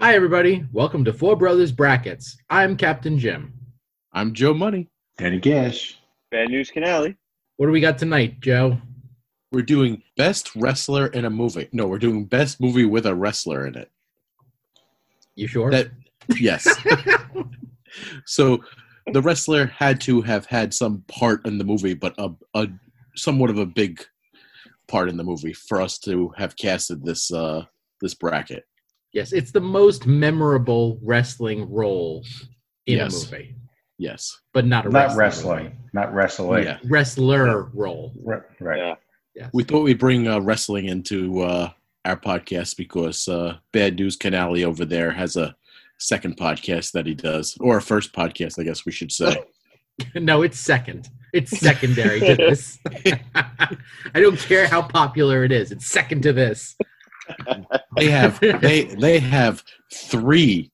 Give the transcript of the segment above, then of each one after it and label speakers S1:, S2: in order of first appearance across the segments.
S1: Hi, everybody. Welcome to Four Brothers Brackets. I'm Captain Jim.
S2: I'm Joe Money.
S3: Danny Gash.
S4: Bad News Canale.
S1: What do we got tonight, Joe?
S2: We're doing best wrestler in a movie. No, we're doing best movie with a wrestler in it.
S1: You sure?
S2: That yes. so the wrestler had to have had some part in the movie, but a, a somewhat of a big part in the movie for us to have casted this uh, this bracket.
S1: yes, it's the most memorable wrestling role in
S2: Yes.
S1: a movie,
S2: Yes.
S1: but not a
S3: Not
S1: wrestler.
S3: wrestling. Not wrestling.
S2: yeah.
S1: Wrestler role.
S3: Re- right.
S4: Yeah.
S1: Yes.
S2: We thought we'd bring uh, wrestling into uh, our podcast because uh, Bad News Canale over there has a second podcast that he does, or a first podcast, I guess we should say.
S1: no, it's second. It's secondary to this. I don't care how popular it is. It's second to this.
S2: they have they they have three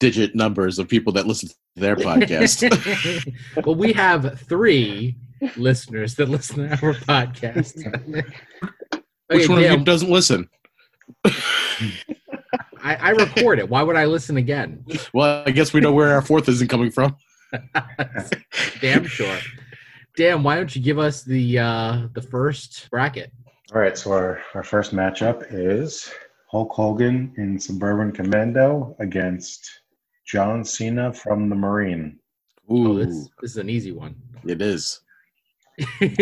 S2: digit numbers of people that listen to their podcast.
S1: well, we have three listeners that listen to our podcast.
S2: Which
S1: Okay,
S2: one of
S1: Dan,
S2: you doesn't listen?
S1: I, I record it. Why would I listen again?
S2: Well, I guess we know where our fourth isn't coming from.
S1: Damn sure. Damn, why don't you give us the uh, the first bracket?
S3: All right. So our, our first matchup is Hulk Hogan in Suburban Commando against John Cena from the Marine.
S2: Ooh,
S1: Oh, this, this is an easy one.
S2: it is.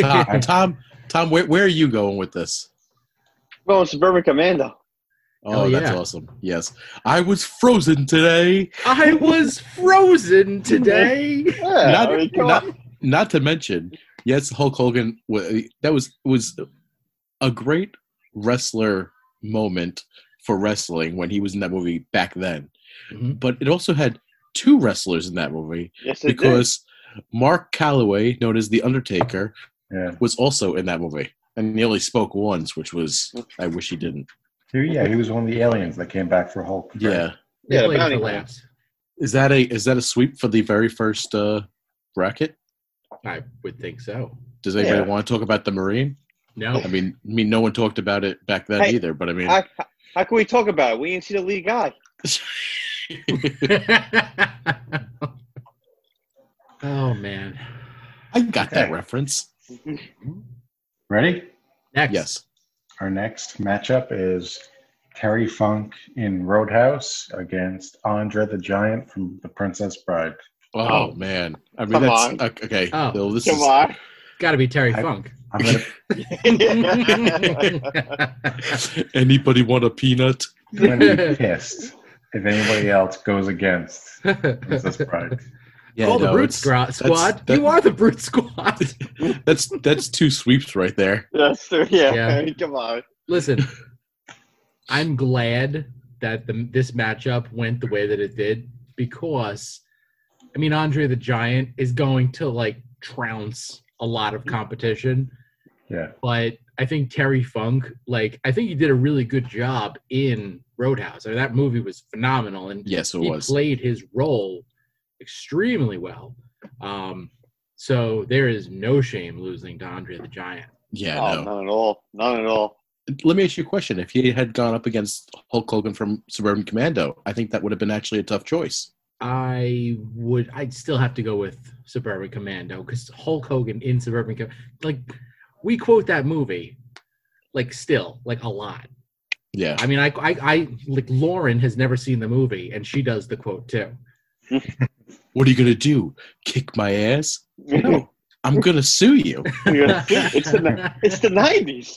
S2: Tom, Tom, Tom, where, where are you going with this?
S4: Well, Suburban Commando.
S2: Oh,
S1: Oh,
S2: that's
S1: yeah.
S2: awesome. Yes. I was frozen today.
S1: I was frozen today.
S4: Yeah,
S2: Not-
S4: I mean, come
S2: not-
S4: on.
S2: Not to mention, yes, Hulk Hogan, wa- that was was a great wrestler moment for wrestling when he was in that movie back then.
S1: Mhm.
S2: But it also had two wrestlers in that movie
S4: Yes, it did.
S2: because Mark Calloway, known as The Undertaker,
S3: Yeah.
S2: was also in that movie. And he only spoke once, which was I wish he didn't.
S3: He, yeah. He was one of the aliens that came back for Hulk.
S2: Yeah.
S1: They
S4: Yeah,
S1: played
S4: bounty
S1: for
S4: hunter.
S1: laughs.
S2: Is that a is that a sweep for the very first uh bracket?
S1: I would think so.
S2: Does anybody
S4: Yeah.
S2: want to talk about the Marine?
S1: No.
S2: I mean I mean no one talked about it back then
S4: Hey,
S2: either, but I mean
S4: How, how can we talk about it? We didn't see the lead guy.
S1: oh man.
S2: I got that
S3: Okay.
S2: reference.
S3: Ready?
S1: Next.
S2: Yes.
S3: Our next matchup is Terry Funk in Roadhouse against Andre the Giant from The Princess Bride.
S2: Oh, man. I mean
S4: Come
S2: that's
S4: on.
S2: ok- okay.
S1: Oh.
S2: Bill, this
S4: Come
S2: is
S4: on.
S1: Gotta be Terry
S3: I-
S1: Funk.
S3: I'm gonna,
S2: anybody want a peanut?
S3: I'm gonna be pissed if anybody else goes against Princess Bride.
S1: Call the
S2: no,
S1: Brute
S2: it's-
S1: Scra- Squad.
S2: that-
S1: you are the Brute Squad.
S2: That's that's two sweeps right there.
S4: Yes, sir. Yeah.
S1: Yeah.
S4: I mean, come on.
S1: Listen, I'm glad that the, this matchup went the way that it did because, I mean, Andre the Giant is going to like trounce a lot of competition.
S3: Yeah.
S1: but I think Terry Funk, like, I think he did a really good job in Roadhouse. I mean, that movie was phenomenal, and
S2: Yes, it
S1: he
S2: was.
S1: played his role extremely well. Um, so there is no shame losing to Andre the Giant.
S2: Yeah,
S4: oh,
S2: no.
S4: None at all. None at all.
S2: Let me ask you a question. If he had gone up against Hulk Hogan from Suburban Commando, I think that would have been actually a tough choice.
S1: I would, I'd still have to go with Suburban Commando because Hulk Hogan in Suburban Commando, like, we quote that movie, like, still, like, a lot.
S2: Yeah.
S1: I mean, I, I, I, like, Lauren has never seen the movie, and she does the quote too.
S2: What are you gonna do? Kick my ass? No. I'm gonna sue you.
S4: it's, the, ni- it's the 90s.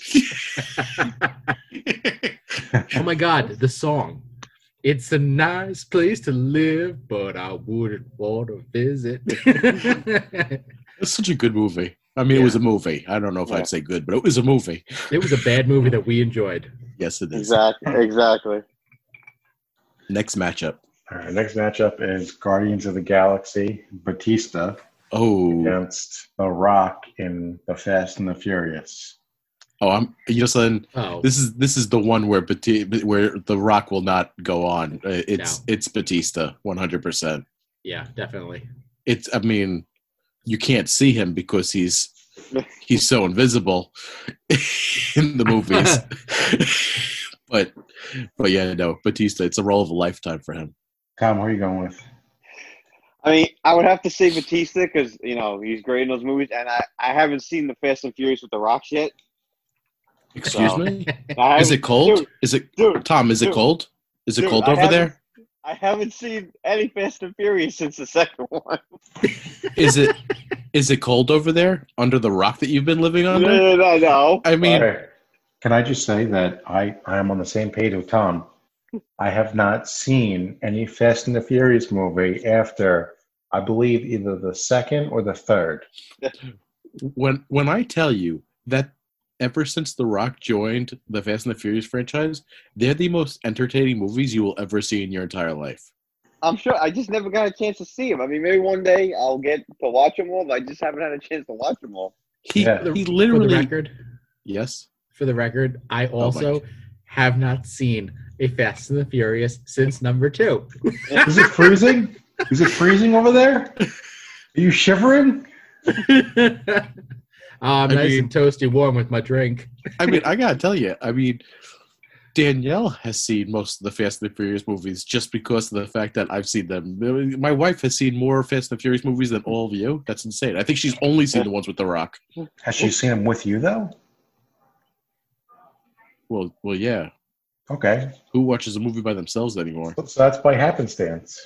S1: Oh my God, the song. It's a nice place to live, but I wouldn't want to visit. it
S2: It's such a good movie. I mean, it was a movie. I don't know if
S4: Yeah.
S2: I'd say good, but it was a movie.
S1: was a bad movie that we enjoyed.
S2: Yes, it is.
S4: Exactly. Exactly.
S2: Next matchup.
S3: All right, next matchup is Guardians of the Galaxy, Batista
S2: Oh,
S3: against The Rock in The Fast and the Furious.
S2: oh, I'm. You know, something.
S1: Oh,
S2: This is this is the one where Bati- where The Rock will not go on. Uh, It's it's Batista, one hundred percent.
S1: yeah, definitely.
S2: it's i mean you can't see him because he's he's so invisible in the movies But but yeah, no, Batista, it's a role of a lifetime for him.
S3: Tom, who are you going with?
S4: I mean, I would have to say Batista because you know he's great in those movies, and I, I haven't seen the Fast and Furious with the Rocks yet.
S2: Excuse
S4: So-
S2: me?
S4: I
S2: Is
S4: haven't-
S2: it cold?
S4: Dude,
S2: is it
S4: dude,
S2: Tom, is it
S4: dude,
S2: cold? Is it
S4: dude,
S2: cold
S4: I
S2: over
S4: haven't-
S2: there?
S4: I haven't seen any Fast and Furious since the second one.
S2: Is it is it cold over there? Under the rock that you've been living
S4: No,
S2: under?
S4: no, no, no.
S2: I mean
S3: Okay. Can I just say that I, I am on the same page with Tom. I have not seen any Fast and the Furious movie after, I believe, either the second or the third.
S2: when when I tell you that ever since The Rock joined the Fast and the Furious franchise, they're the most entertaining movies you will ever see in your entire life.
S4: I'm sure I just never got a chance to see him. I mean, maybe one day I'll get to watch them all, but I just haven't had a chance to watch them all.
S2: He
S3: Yeah.
S2: he
S1: For the
S2: literally
S1: record,
S2: yes.
S1: for the record, I
S2: Oh
S1: also have not seen a Fast and the Furious since number two.
S3: Is it freezing? Is it freezing over there? Are you shivering?
S1: I'm Um, nice
S2: mean-
S1: and toasty warm with my drink.
S2: I mean, I gotta tell you, I mean, Danielle has seen most of the Fast and the Furious movies just because of the fact that I've seen them. My wife has seen more Fast and the Furious movies than all of you. That's insane. I think she's only seen the ones with The Rock.
S3: Has she seen him with you, though?
S2: Well, well, yeah.
S3: Okay.
S2: Who watches a movie by themselves anymore?
S3: So that's by happenstance.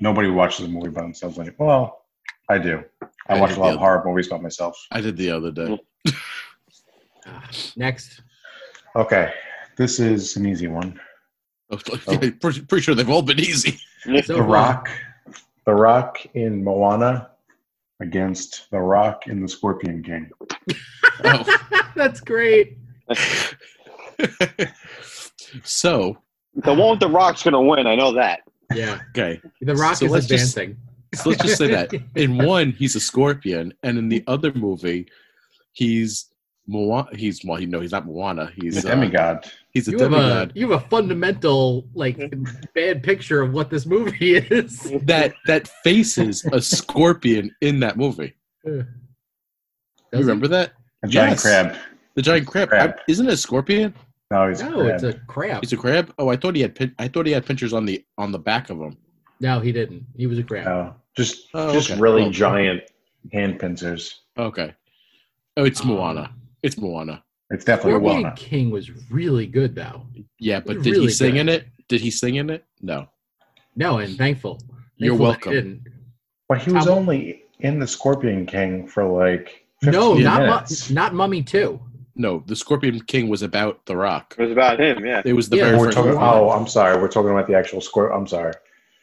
S3: Nobody watches a movie by themselves. Like, well, I do. I
S2: I
S3: watch
S2: do
S3: a lot
S2: too.
S3: of horror movies by myself.
S2: I did the other day.
S1: Ah, Next,
S3: Okay, this is an easy one.
S2: Pretty, pretty sure they've all been easy.
S1: so
S3: The
S1: far,
S3: Rock, The Rock in Moana against The Rock in The Scorpion King.
S2: Oh.
S1: That's great.
S2: so
S4: The one with the Rock's gonna win. I know that.
S1: Yeah,
S2: okay,
S1: The Rock
S2: So
S1: is
S2: let's just-
S1: advancing.
S2: so let's just say that in one he's a scorpion, and in the other movie he's Moana. He's well, you know, he's not Moana. He's
S3: He's a
S2: uh,
S3: demigod.
S2: he's a
S1: you have a
S2: demigod.
S1: you have a fundamental like bad picture of what this movie is.
S2: That that faces a scorpion in that movie. You remember that
S3: A giant
S2: Yes.
S3: crab.
S2: the giant crab?
S3: Crab.
S2: I- isn't it a scorpion?
S3: No, he's a
S1: No,
S3: crab.
S1: it's a crab.
S2: He's a crab. Oh, I thought he had pin- I thought he had pinchers on the on the back of him.
S1: No, he didn't. He was a crab.
S3: No, just
S2: Oh,
S3: just
S2: okay.
S3: really
S2: Oh.
S3: giant hand pincers.
S2: Okay. Oh, it's
S1: Um,
S2: Moana. It's Moana.
S3: It's definitely
S1: Scorpion
S3: Moana.
S1: King was really good though.
S2: Yeah, but
S1: It's
S2: did he
S1: really
S2: sing
S1: good.
S2: in it? Did he sing in it? No.
S1: No, and thankful. Thankful that
S2: You're
S1: he
S2: welcome.
S1: didn't.
S3: But he was
S1: Tom-
S3: only in The Scorpion King for like 15
S1: No, not mu-
S3: minutes.
S1: not Mummy Two.
S2: No, the Scorpion King was about The Rock.
S4: It was about him. Yeah.
S2: It was the
S1: Yeah.
S2: very
S3: we're
S2: first.
S3: talking,
S2: movie.
S3: oh, I'm sorry. We're talking about the actual score. I'm sorry.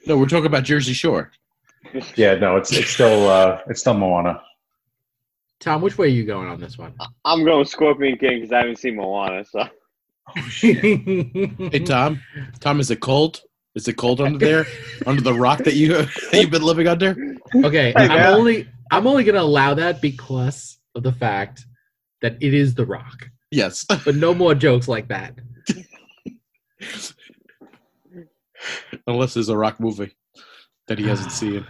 S2: No, we're talking about Jersey Shore.
S3: Yeah, no, it's it's still uh, it's still Moana.
S1: Tom, which way are you going on this
S2: Oh,
S1: one?
S4: I'm going Scorpion King because I haven't seen
S3: Uh,
S4: Moana. So
S3: Mm-hmm.
S2: Hey Tom, Tom, is it cold? Is it cold under there, under the rock that you that you've been living under?
S1: Okay,
S4: Hey,
S1: I'm
S4: man.
S1: only I'm only gonna allow that because of the fact that it is The Rock.
S2: Yes.
S1: But no more jokes like that.
S2: Unless there's a rock movie that he hasn't seen.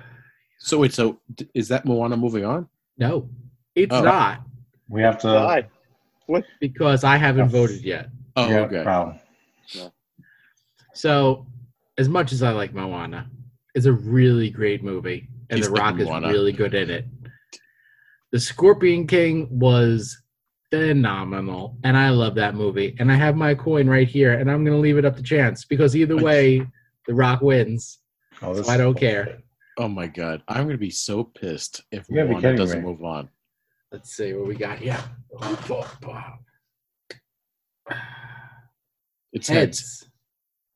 S2: So wait, so d- is that Moana moving on?
S1: No, it's
S2: Oh.
S1: not
S3: We have to.
S4: why?
S1: because I haven't
S3: Oh.
S1: voted yet.
S2: Oh,
S3: we have a
S2: okay.
S3: problem.
S1: So, as much as I like Moana, it's a really great movie, and
S2: He's
S1: The
S2: like
S1: Rock is
S2: Moana.
S1: really good in it. The Scorpion King was phenomenal, and I love that movie. And I have my coin right here, and I'm gonna leave it up to chance because either
S2: I-
S1: way, The Rock wins.
S3: Oh,
S1: So I don't care.
S2: Oh my God, I'm gonna be so pissed if
S3: You gotta be
S2: Moana
S3: kidding
S2: doesn't
S3: me.
S2: move on.
S1: Let's see what we got here.
S2: It's heads.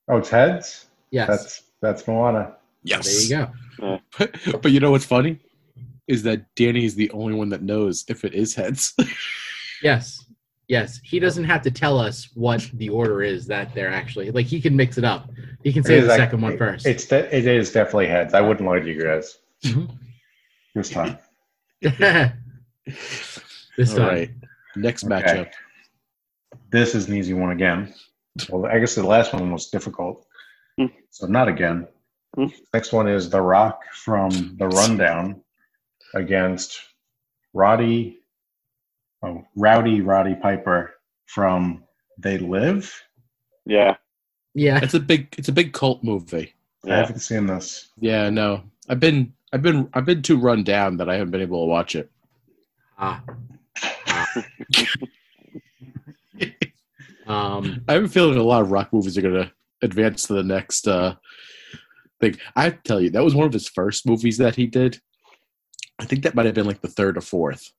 S3: Oh, it's heads.
S1: Yes.
S3: That's that's Moana.
S2: Yes.
S1: There you go.
S2: But, but you know what's funny is that Danny is the only one that knows if it is heads.
S1: Yes. Yes. He doesn't have to tell us what the order is that they're actually like he can mix it up. He can say
S3: It is
S1: the
S3: like-
S1: second one first.
S3: It's de- it is definitely heads. I wouldn't lie to you guys
S1: Mhm.
S3: this time.
S1: this
S2: All
S1: time.
S2: right. Next
S3: Okay.
S2: matchup.
S3: This is an easy one again. Well, I guess the last one was difficult,
S4: Hmm.
S3: so not again.
S4: Hmm.
S3: Next one is The Rock from The Rundown against Roddy oh, Rowdy Roddy Piper from They Live.
S4: Yeah.
S1: Yeah.
S2: It's a big it's a big cult movie.
S3: I
S4: Yeah.
S3: haven't seen this.
S2: Yeah, no. I've been I've been I've been too run down that I haven't been able to watch it.
S1: Ah. um,
S2: I have a feeling a lot of rock movies are gonna advance to the next uh thing. I have to tell you, that was one of his first movies that he did. I think that might have been like the third or fourth.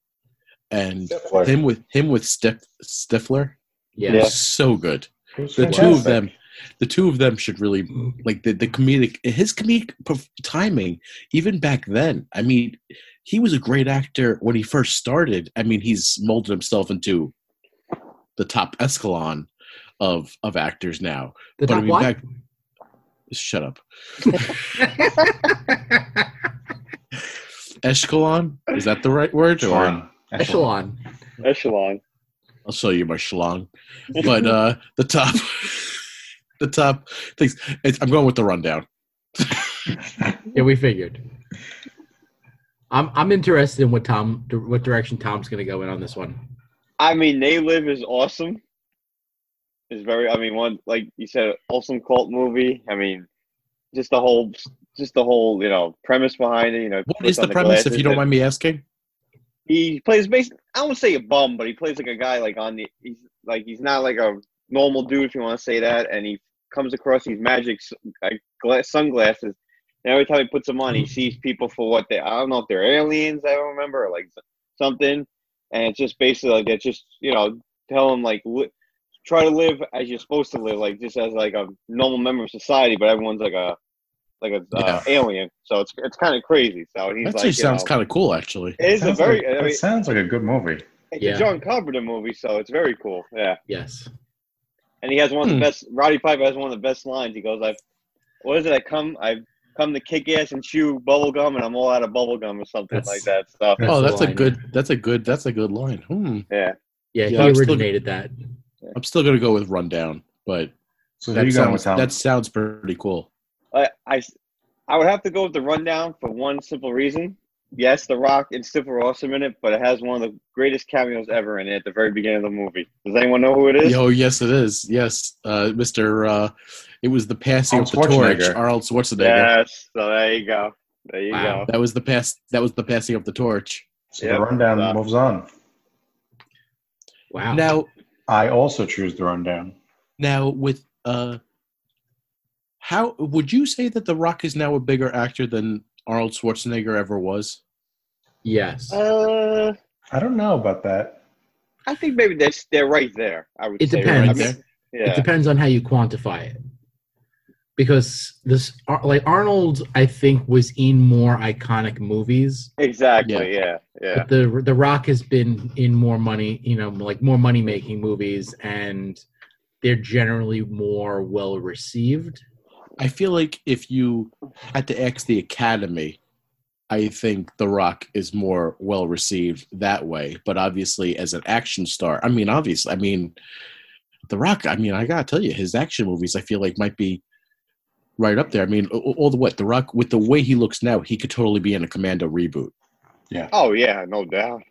S2: And him with him with Stif- Stifler,
S1: yeah.
S4: Yeah.
S2: so good.
S3: Who's
S2: The
S3: in
S2: two of
S3: Classic?
S2: them, the two of them should really like the, the comedic his comedic perf- timing even back then i mean he was a great actor when he first started i mean he's molded himself into the top escalon of of actors now
S1: The
S2: I
S1: top
S2: mean,
S1: what?
S2: back- shut up escalon is that the right word or-
S3: Echelon.
S1: Echelon.
S4: Echelon.
S2: I'll show you my schlong. But uh, the top, the top things. It's, I'm going with the rundown.
S1: Yeah, we figured. I'm I'm interested in what Tom what direction Tom's going to go in on this one.
S4: I mean, They Live is awesome. It's very, I mean, one like you said, awesome cult movie. I mean, just the whole, just the whole, you know, premise behind it. You know,
S2: What
S4: puts
S2: is
S4: on
S2: the premise, if
S4: glasses
S2: you don't
S4: and
S2: mind me asking?
S4: He plays basically, I won't say a bum, but he plays like a guy like on the, he's like he's not like a normal dude if you want to say that, and he comes across these magic s- like gla- sunglasses. And every time he puts them on, he sees people for what they, I don't know if they're aliens, I don't remember, or like s- something. And it's just basically like, it's just, you know, tell him like, li- try to live as you're supposed to live, like just as like a normal member of society, but everyone's like a, like a uh, alien. So it's, it's kind of crazy.
S2: That
S4: So he's like, you
S2: actually sounds
S4: know,
S2: kind of cool, actually.
S4: it is a
S3: Sounds
S4: very,
S3: like-
S4: I mean,
S3: it sounds like a good movie.
S4: it's
S1: Yeah.
S4: a John Carpenter movie, so it's very cool. Yeah,
S1: Yes.
S4: and he has one of
S2: Hmm.
S4: the best. Roddy Piper has one of the best lines. He goes, "I've what is it? I come, I've come to kick ass and chew bubble gum, and I'm all out of bubble gum or something
S1: That's-
S4: like that." So
S1: that's
S2: oh,
S1: the
S2: that's a
S1: line.
S2: good. That's a good. That's a good line. Hmm.
S1: Yeah,
S4: yeah,
S2: Yeah,
S1: he
S2: I'm still-
S1: originated that.
S2: I'm still gonna go with rundown, but
S3: So who
S2: that
S3: you going with
S2: sounds,
S3: Tom?
S2: that sounds pretty cool.
S4: I, I s- I would have to go with the rundown for one simple reason. Yes, The Rock and Stifler are awesome in it, but it has one of the greatest cameos ever in it at the very beginning of the movie. Does anyone know who it is?
S2: Oh, yes, it is. Yes, uh, Mister. Uh, it was the passing of the
S3: Arnold
S2: torch.
S3: Schwarzenegger.
S2: Arnold Schwarzenegger.
S4: yes. So there you go. There you
S1: Wow.
S4: go.
S2: That was the pass. That was the passing of the torch.
S3: so
S4: yeah,
S3: the rundown
S4: uh,
S3: moves on.
S1: Wow.
S2: Now,
S3: I also choose the rundown.
S2: Now, with uh, how would you say that The Rock is now a bigger actor than Arnold Schwarzenegger ever was?
S1: yes.
S4: Uh,
S3: I don't know about that.
S4: I think maybe they're they're right there. I would
S1: It
S4: say
S2: Right
S4: Right. I
S1: depends.
S4: mean,
S1: It
S4: yeah,
S1: depends on how you quantify it. Because this Ar- like Arnold I think was in more iconic movies.
S4: exactly. Yeah, yeah,
S1: But the the Rock has been in more money, you know, like more money making movies and they're generally more well received.
S2: I feel like if you had to ask the Academy, I think The Rock is more well received that way. But obviously, as an action star, I mean, obviously, I mean, The Rock. I mean, I gotta tell you, his action movies, I feel like, might be right up there. I mean, a- all the what The Rock with the way he looks now, he could totally be in a Commando reboot.
S3: Yeah.
S4: Oh yeah, no doubt.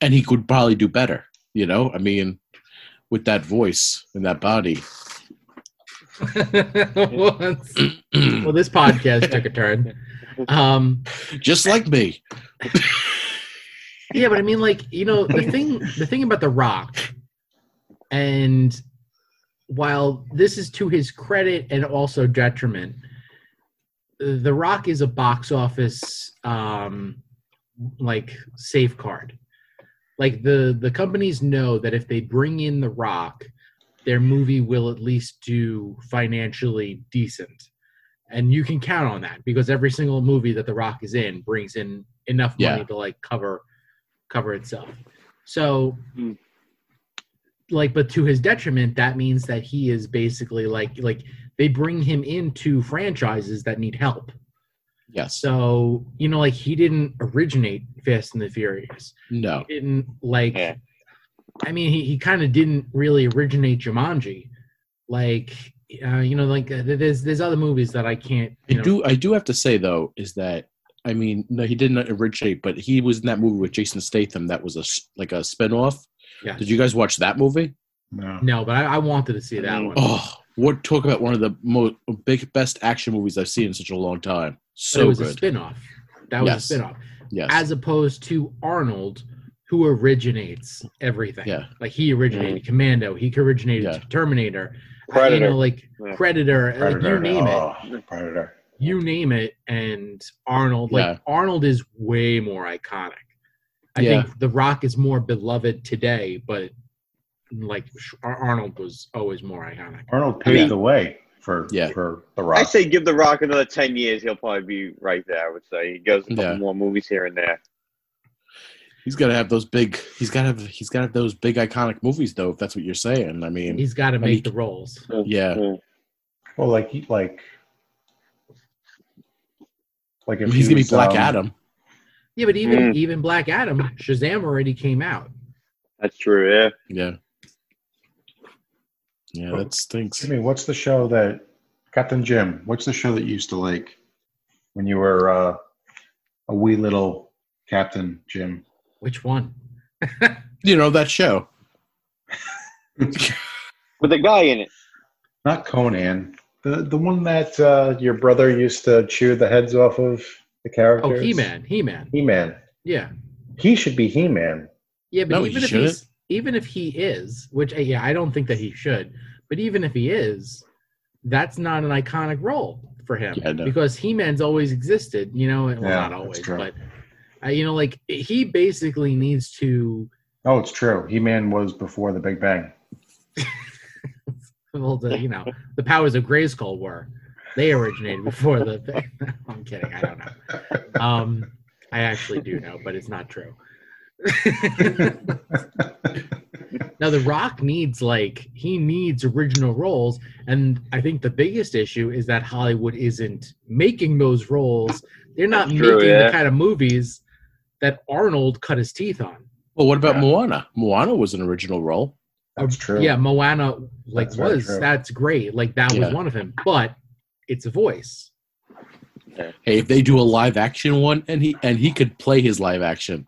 S2: and he could probably do better. You know, I mean, with that voice and that body.
S1: well, this podcast took a turn. Um,
S2: Just like me.
S1: yeah, but I mean, like you know, the thing the thing about The Rock, and while this is to his credit and also detriment, The Rock is a box office um, like safeguard. Like the the companies know that if they bring in The Rock, their movie will at least do financially decent. And you can count on that because every single movie that The Rock is in brings in enough money
S2: Yeah.
S1: to like cover cover itself. So
S4: Mm.
S1: like but to his detriment that means that he is basically like like they bring him into franchises that need help.
S2: Yes.
S1: So, you know like he didn't originate Fast and the Furious
S2: No.
S1: didn't like
S4: Yeah.
S1: i mean he, he kind of didn't really originate jumanji like uh, you know like uh, there's there's other movies that i can't
S2: I
S1: you know,
S2: do. I do have to say though is that I mean, no, he didn't originate, but he was in that movie with Jason Statham. That was a s- like a spinoff.
S1: Yeah.
S2: Did you guys watch that movie?
S3: No.
S1: No, but I, I wanted to see that one.
S2: Oh, what talk about one of the most big best action movies I've seen in such a long time.
S1: But it
S2: So
S1: was a
S2: good.
S1: spin-off. That was
S2: Yes.
S1: a spin-off.
S2: yes.
S1: As opposed to Arnold, who originates everything.
S2: Yeah. Mm.
S1: Like he originated Commando, he originated
S2: Yeah.
S1: Terminator,
S4: Predator.
S1: you know, like
S4: Yeah.
S1: Predator, like you
S3: Predator.
S1: name it.
S3: oh, Predator.
S1: you name it and arnold like
S2: Yeah.
S1: arnold is way more iconic i
S2: Yeah.
S1: think the rock is more beloved today but like Sh- Ar- arnold was always more iconic
S3: Arnold paved
S4: Yeah.
S3: the way for
S2: Yeah.
S3: for The
S4: I
S3: Rock.
S4: say give The Rock another ten years. He'll probably be right there. I would say he goes a couple
S2: Yeah.
S4: more movies here and there.
S2: he's got to have those big. He's got to have. He's got to have those big iconic movies, though. If that's what you're saying. I mean,
S1: he's got to
S2: mean-
S1: make the roles
S2: yeah.
S4: Mm.
S3: well, like he- like like if
S2: He's
S3: he
S2: gonna be
S3: was,
S2: Black
S3: um,
S2: Adam.
S1: yeah but even
S4: Mm.
S1: even black adam shazam already came out
S4: That's true. Yeah.
S2: Yeah. Yeah, that stinks.
S3: Jimmy, what's the show that Captain Jim? What's the show that you used to like when you were uh, a wee little Captain Jim?
S1: which one
S2: You know that show.
S4: With the guy in it.
S3: Not Conan. The the one that uh, your brother used to chew the heads off of the
S1: oh
S3: characters.
S1: he-man he-man
S3: He Man.
S1: yeah
S3: He should be He Man.
S1: yeah but
S2: No, he
S1: even if
S2: shouldn't.
S1: he's even if he is which uh, yeah i don't think that he should but even if he is that's not an iconic role for him
S2: Yeah, no.
S1: because He-Man's always existed, you know, and well,
S3: Yeah,
S1: not
S3: that's
S1: always,
S3: true.
S1: but uh, you know, like he basically needs to
S3: Oh, it's true. He Man was before the Big Bang.
S1: well, the you know the powers of Grayskull were they originated before the thing. I'm kidding, I don't know. Um, I actually do know, but it's not true. now the Rock needs like he needs original roles, and I think the biggest issue is that Hollywood isn't making those roles. They're not
S4: That's true,
S1: making
S4: yeah.
S1: the kind of movies that Arnold cut his teeth on.
S2: Well, what about
S3: Yeah.
S2: Moana? Moana was an original role. Uh,
S3: That's true.
S1: Yeah, Moana like
S3: That's very
S1: was
S3: true.
S1: that's great. Like that
S2: Yeah.
S1: was one of him, but it's a voice.
S2: Hey, if they do a live action one, and he and he could play his live action,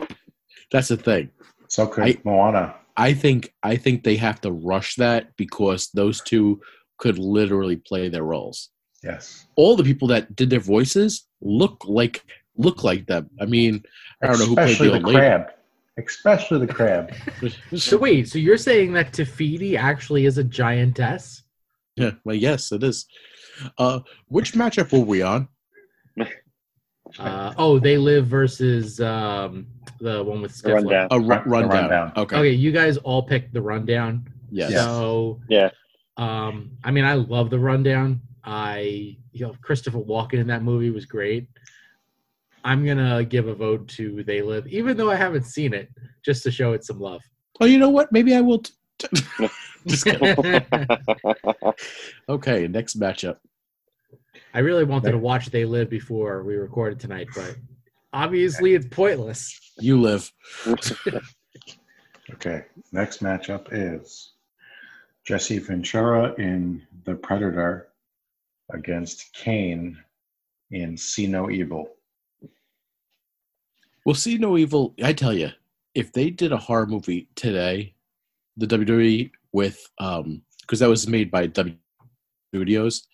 S2: that's the thing.
S3: So could
S2: I-
S3: Moana.
S2: I think I think they have to rush that because those two could literally play their roles.
S3: Yes.
S2: All the people that did their voices look like look like them. I mean, I don't know who played
S3: Especially
S2: the
S3: the
S2: old lady.
S3: crab. Especially the crab.
S1: So wait, so you're saying that Tafiti actually is a giantess?
S2: Yeah, well, yes, it is. Uh, which matchup were we on?
S1: Uh, oh, they live versus um, the one with
S4: The
S1: Stifler.
S4: rundown.
S2: A ru-
S3: Run- the
S2: rundown.
S3: rundown.
S2: Okay.
S1: Okay, you guys all picked the rundown.
S2: Yes.
S3: Yeah.
S1: So
S4: Yeah.
S1: um, I mean, I love the rundown. I you know Christopher Walken in that movie was great. I'm gonna give a vote to They Live, even though I haven't seen it, just to show it some love.
S2: Oh, you know what? Maybe I will. T- t- Just kidding. okay, next matchup.
S1: I really wanted to watch They Live before we recorded tonight, but obviously it's pointless.
S2: You live.
S3: Okay. Next matchup is Jesse Ventura in The Predator against Kane in See No Evil.
S2: We'll see no evil. I tell you, if they did a horror movie today, the WWE with um because that was made by W E Studios,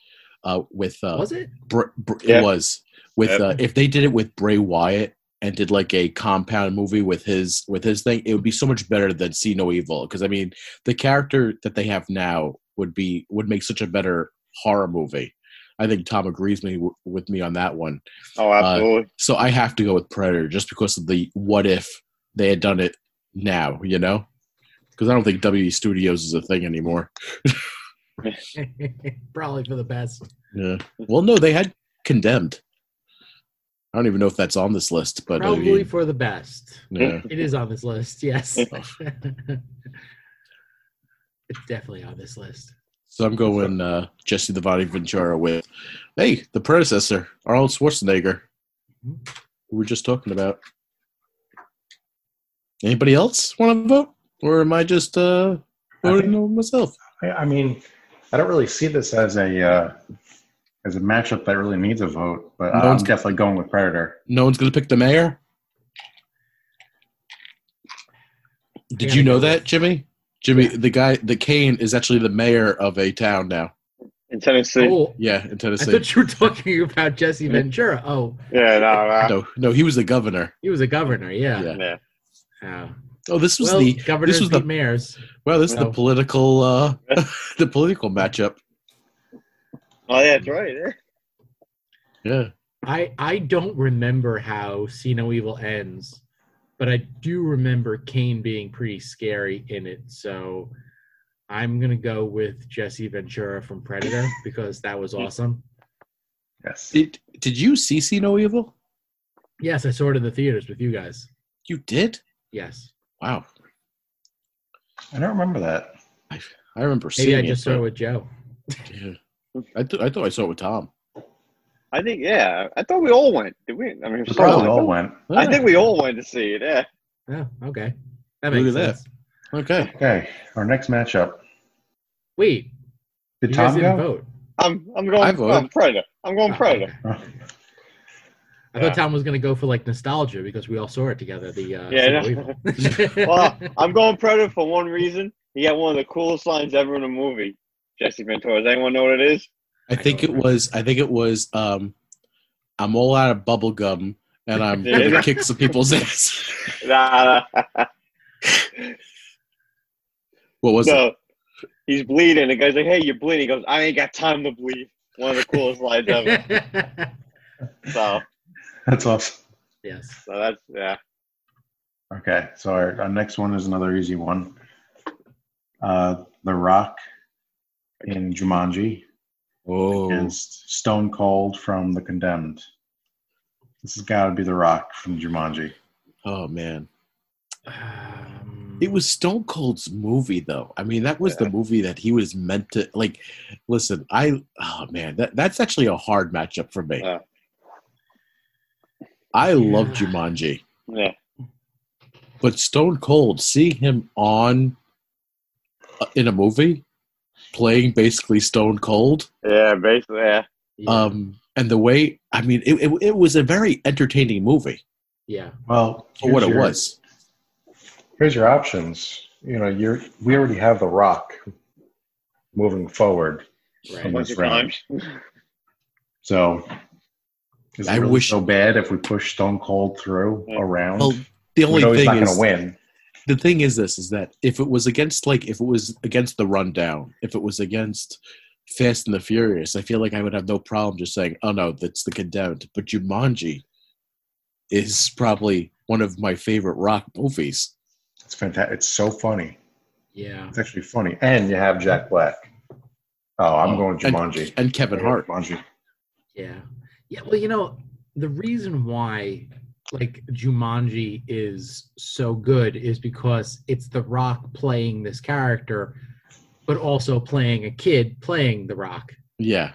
S2: uh, with uh,
S1: Was it?
S2: Br- Br-
S4: Yeah.
S2: it was with
S4: Yeah.
S2: uh, if they did it with Bray Wyatt and did like a compound movie with his with his thing, it would be so much better than See No Evil because I mean the character that they have now would be would make such a better horror movie. I think Tom agrees me w- with me on that one.
S4: oh, absolutely.
S2: So I have to go with Predator just because of the what if they had done it now, you know? Because I don't think WE Studios is a thing anymore.
S1: Probably for the best.
S2: Yeah. Well, no, they had Condemned. I don't even know if that's on this list, but I
S1: Probably
S2: mean,
S1: for the best.
S2: yeah.
S1: It is on this list, yes. it's definitely on this list.
S2: So I'm going uh, Jesse the Body Ventura with, hey, the predecessor, Arnold Schwarzenegger, who we were just talking about. Anybody else want to vote? Or am I just uh,
S3: I
S2: voting on myself?
S3: I, I mean, I don't really see this as a uh, as a matchup that really needs a vote, but
S2: No
S3: I'm
S2: one's-
S3: definitely going with Predator.
S2: No one's going to pick the mayor? Did you know that, Jimmy? Jimmy, the guy, the Kane is actually the mayor of a town now.
S4: in Tennessee.
S1: Oh,
S2: Yeah, in
S1: I
S2: Tennessee.
S1: thought you were talking about Jesse Ventura. Oh,
S4: Yeah, no,
S2: No, no, he was the governor.
S1: he was a governor. Yeah.
S2: Yeah.
S4: no. Yeah.
S1: Wow.
S2: Oh, this was
S1: Well,
S2: the
S1: governors
S2: this was
S1: beat
S2: the-
S1: mayors.
S2: well, this is the
S1: No.
S2: political uh the political matchup.
S4: Oh, yeah, that's right. eh?
S2: Yeah.
S1: I I don't remember how See No Evil ends, but I do remember Kane being pretty scary in it. So I'm gonna go with Jesse Ventura from Predator because that was awesome.
S3: Yes.
S2: Did did you see See No Evil?
S1: Yes, I saw it in the theaters with you guys.
S2: You did?
S1: Yes,
S2: Wow.
S3: I don't remember that.
S2: I remember seeing
S1: maybe I just
S2: it.
S1: saw it with Joe.
S2: but- yeah. I, th- I thought I saw it with Tom.
S4: I think, yeah. I thought we all went. Did we? I mean,
S3: We
S4: someone-
S3: probably all went.
S4: I think we all went to see it. Yeah.
S1: Oh, okay, that
S2: Look
S1: makes
S2: at that.
S1: sense.
S2: Ah, Okay.
S3: Okay, our next matchup.
S1: Wait,
S3: Did
S1: you guys
S3: Tom
S1: didn't
S3: go?
S1: vote.
S4: I'm, I'm
S2: I
S4: going
S2: voted.
S4: I'm Predator. I'm going
S1: Oh,
S4: Predator.
S1: okay. I
S4: Yeah.
S1: thought Tom was gonna go for like nostalgia because we all saw it together. The uh,
S4: Yeah, I
S1: See
S4: know.
S1: No Evil.
S4: well, I'm going Predator for one reason. He had one of the coolest lines ever in a movie. Jesse Ventura. Does anyone know what it is?
S2: I think it was. I think it was. Um, I'm all out of bubble gum, and I'm gonna kick some people's ass.
S4: Nah, nah.
S2: What was it?
S4: no. He's bleeding. The guy's like, hey, you're bleeding. He goes, I ain't got time to bleed. One of the coolest lines ever. So,
S3: That's awesome.
S1: yes.
S4: so that's, yeah.
S3: Okay, so our, our next one is another easy one. Uh, the Rock in Jumanji
S2: Oh,
S3: against Stone Cold from The Condemned. This has got to be The Rock from Jumanji.
S2: oh man!
S1: Um,
S2: It was Stone Cold's movie, though. I mean, that was the movie that he was meant to like. Listen, I. Oh man, that that's actually a hard matchup for me.
S4: Yeah.
S2: I love
S1: Yeah.
S2: Jumanji,
S4: Yeah.
S2: but Stone Cold, seeing him on uh, in a movie, playing basically Stone Cold.
S4: Yeah, basically, yeah.
S1: yeah.
S2: um and the way i mean it, it, it was a very entertaining movie
S1: yeah.
S3: Well,
S2: for Oh, what
S3: here's
S2: it
S3: your-
S2: was
S3: Here's your options. You know, you're we already have The Rock moving forward.
S4: A
S1: Right.
S4: bunch of
S3: That's right.
S4: times.
S3: So is it
S2: I
S3: really
S2: wish-
S3: so bad if we push Stone Cold through
S4: Yeah.
S3: around.
S2: well the
S3: we
S2: only
S3: know he's
S2: thing
S3: not going
S2: is
S3: to win.
S2: the thing is this is that if it was against like if it was against the rundown if it was against fast and the furious i feel like i would have no problem just saying oh no that's the condemned but jumanji is probably one of my favorite rock movies
S3: It's fantastic. It's so funny.
S1: Yeah.
S3: It's actually funny. And you have Jack Black. Oh, I'm going
S2: and,
S3: Jumanji.
S2: and kevin hart
S3: Jumanji.
S1: Yeah. Yeah. Well, you know, the reason why like Jumanji is so good is because it's The Rock playing this character, but also playing a kid playing The Rock.
S2: yeah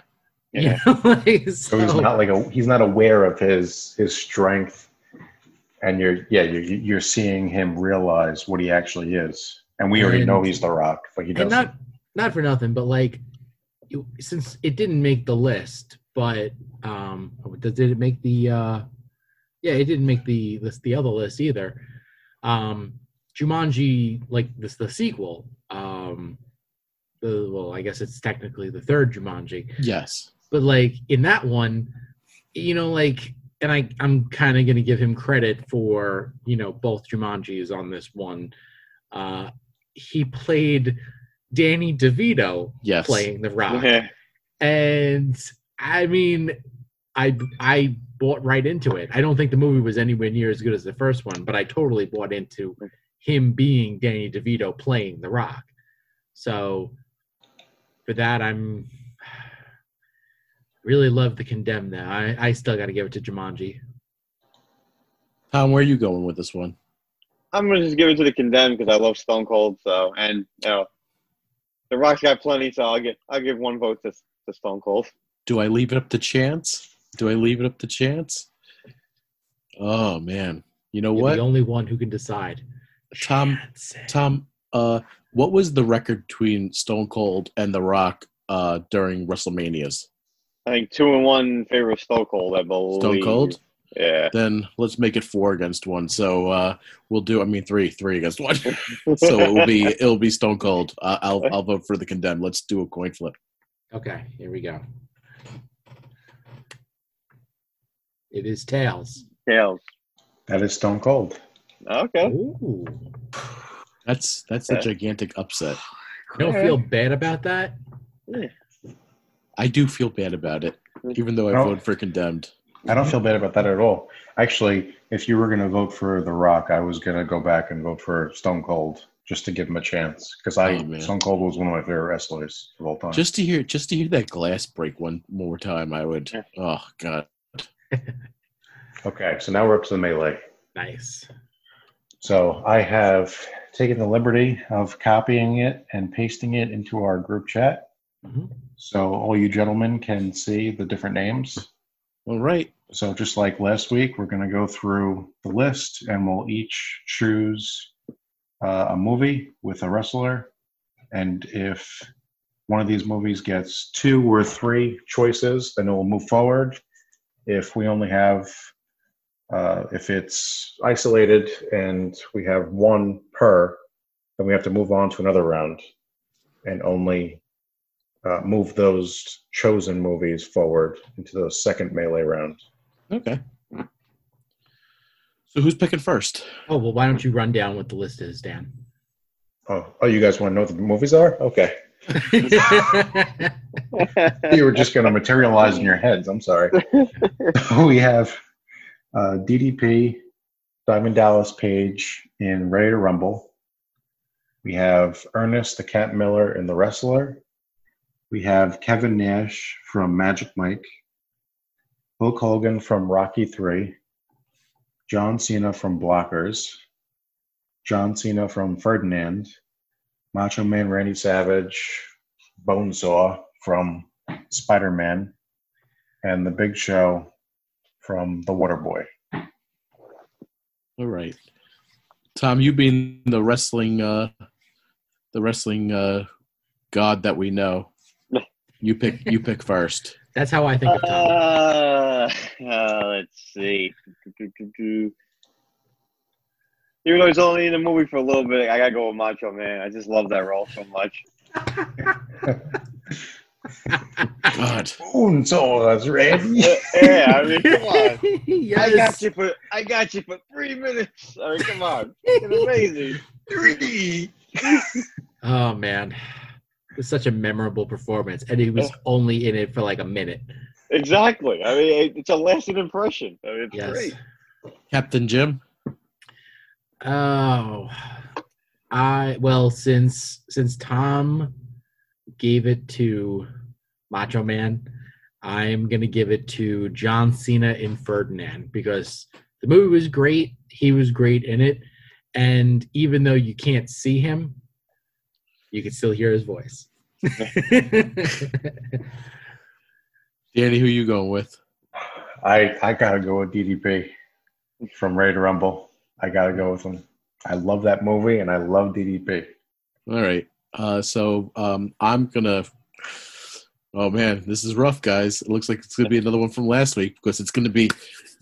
S1: You
S4: Yeah.
S1: know, like,
S3: So he's
S1: so-
S3: not like a he's not aware of his his strength. And you're yeah, you're you're seeing him realize what he actually is. And we already
S1: And-
S3: know he's the rock, but he
S1: and
S3: doesn't.
S1: not not for nothing, but like you, since it didn't make the list, but um, did did it make the? Uh, yeah, it didn't make the list, the other list either. Um, Jumanji, like this, the sequel. Um, the, well, I guess it's technically the third Jumanji
S2: yes
S1: but like in that one you know like and i i'm kind of going to give him credit for you know both jumanjis on this one uh he played danny devito
S2: yes
S1: playing the rock
S4: Yeah.
S1: and i mean i i bought right into it i don't think the movie was anywhere near as good as the first one but i totally bought into him being danny devito playing the rock so for that i'm really love the condemned now i, I still got to give it to jumanji
S2: tom where are you going with this one
S4: I'm gonna just give it to the condemned because I love Stone Cold. So, and you know, the Rock's got plenty. So I'll give I'll give one vote to, to Stone Cold.
S2: Do I leave it up to chance? Do I leave it up to chance? Oh man. You know
S1: You're
S2: what? Um,
S1: the only one who can decide
S2: Tom
S1: That's it.
S2: Tom uh what was the record between Stone Cold and The Rock uh during WrestleManias?
S4: I think two and one in favor of Stone Cold. I believe.
S2: Stone Cold.
S4: Yeah.
S2: Then let's make it four against one. So uh, we'll do. I mean, three, three against one. so it'll be it'll be Stone Cold. Uh, I'll I'll vote for the condemned. Let's do a coin flip.
S1: Okay, here we go. It is tails.
S4: Tails.
S3: That is Stone Cold.
S4: Okay.
S1: Ooh.
S2: That's that's a gigantic upset.
S1: You don't feel bad about that?
S2: I do feel bad about it, even though I
S3: No.
S2: voted for condemned.
S3: I don't feel bad about that at all. Actually, if you were going to vote for The Rock, I was going to go back and vote for Stone Cold just to give him a chance because I
S2: Oh, man.
S3: Stone Cold was one of my favorite wrestlers of all time.
S2: Just to hear just to hear that glass break one more time, I would.
S4: Yeah.
S2: Oh God.
S3: okay, so now we're up to the melee.
S1: Nice.
S3: So I have taken the liberty of copying it and pasting it into our group chat,
S1: Mhm.
S3: so all you gentlemen can see the different names.
S2: All right.
S3: So just like last week, we're going to go through the list and we'll each choose uh, a movie with a wrestler. And if one of these movies gets two or three choices, then it will move forward. If we only have, uh, if it's isolated and we have one per, then we have to move on to another round and only uh, move those chosen movies forward into the second melee round.
S2: Okay. So who's picking first?
S1: Oh well, why don't you run down what the list is, Dan?
S3: Oh, oh, you guys want to know what the movies are? Okay. You were just going to materialize in your heads. I'm sorry. we have uh, DDP, Diamond Dallas Page in Ready to Rumble. We have Ernest the Cat Miller in The Wrestler. We have Kevin Nash from Magic Mike. Hulk Hogan from Rocky 3. John Cena from Blockers. John Cena from Ferdinand. Macho Man Randy Savage, Bonesaw from Spider Man, and The Big Show from The Waterboy.
S2: All right. Tom, you being the wrestling uh the wrestling uh god that we know. You pick you pick first.
S1: That's how I think of Tom.
S4: Uh, uh, let's see. Even though he's only in the movie for a little bit, I gotta go with Macho Man. I just love that role so much.
S2: God.
S3: Bonesaw, that's Randy.
S4: Uh, yeah, I mean, come on. I got
S1: yes.
S4: you for I got you for three minutes. I mean, come on, it's amazing.
S3: Three.
S1: Oh man, it was such a memorable performance, and he
S4: Oh.
S1: was only in it for like a minute.
S4: Exactly. I mean, it- it's a lasting impression. I mean, it's
S1: Yes.
S4: great.
S2: Captain Jim?
S1: Oh, I well since since Tom gave it to Macho Man, I'm gonna give it to John Cena in Ferdinand because the movie was great. He was great in it, and even though you can't see him, you can still hear his voice.
S2: Danny, who you going with?
S3: I, I gotta go with DDP from Ready to Rumble. I gotta go with him. I love that movie and I love DDP.
S2: All right. Uh, so um, I'm gonna. Oh man, this is rough, guys. It looks like it's gonna be another one from last week because it's gonna be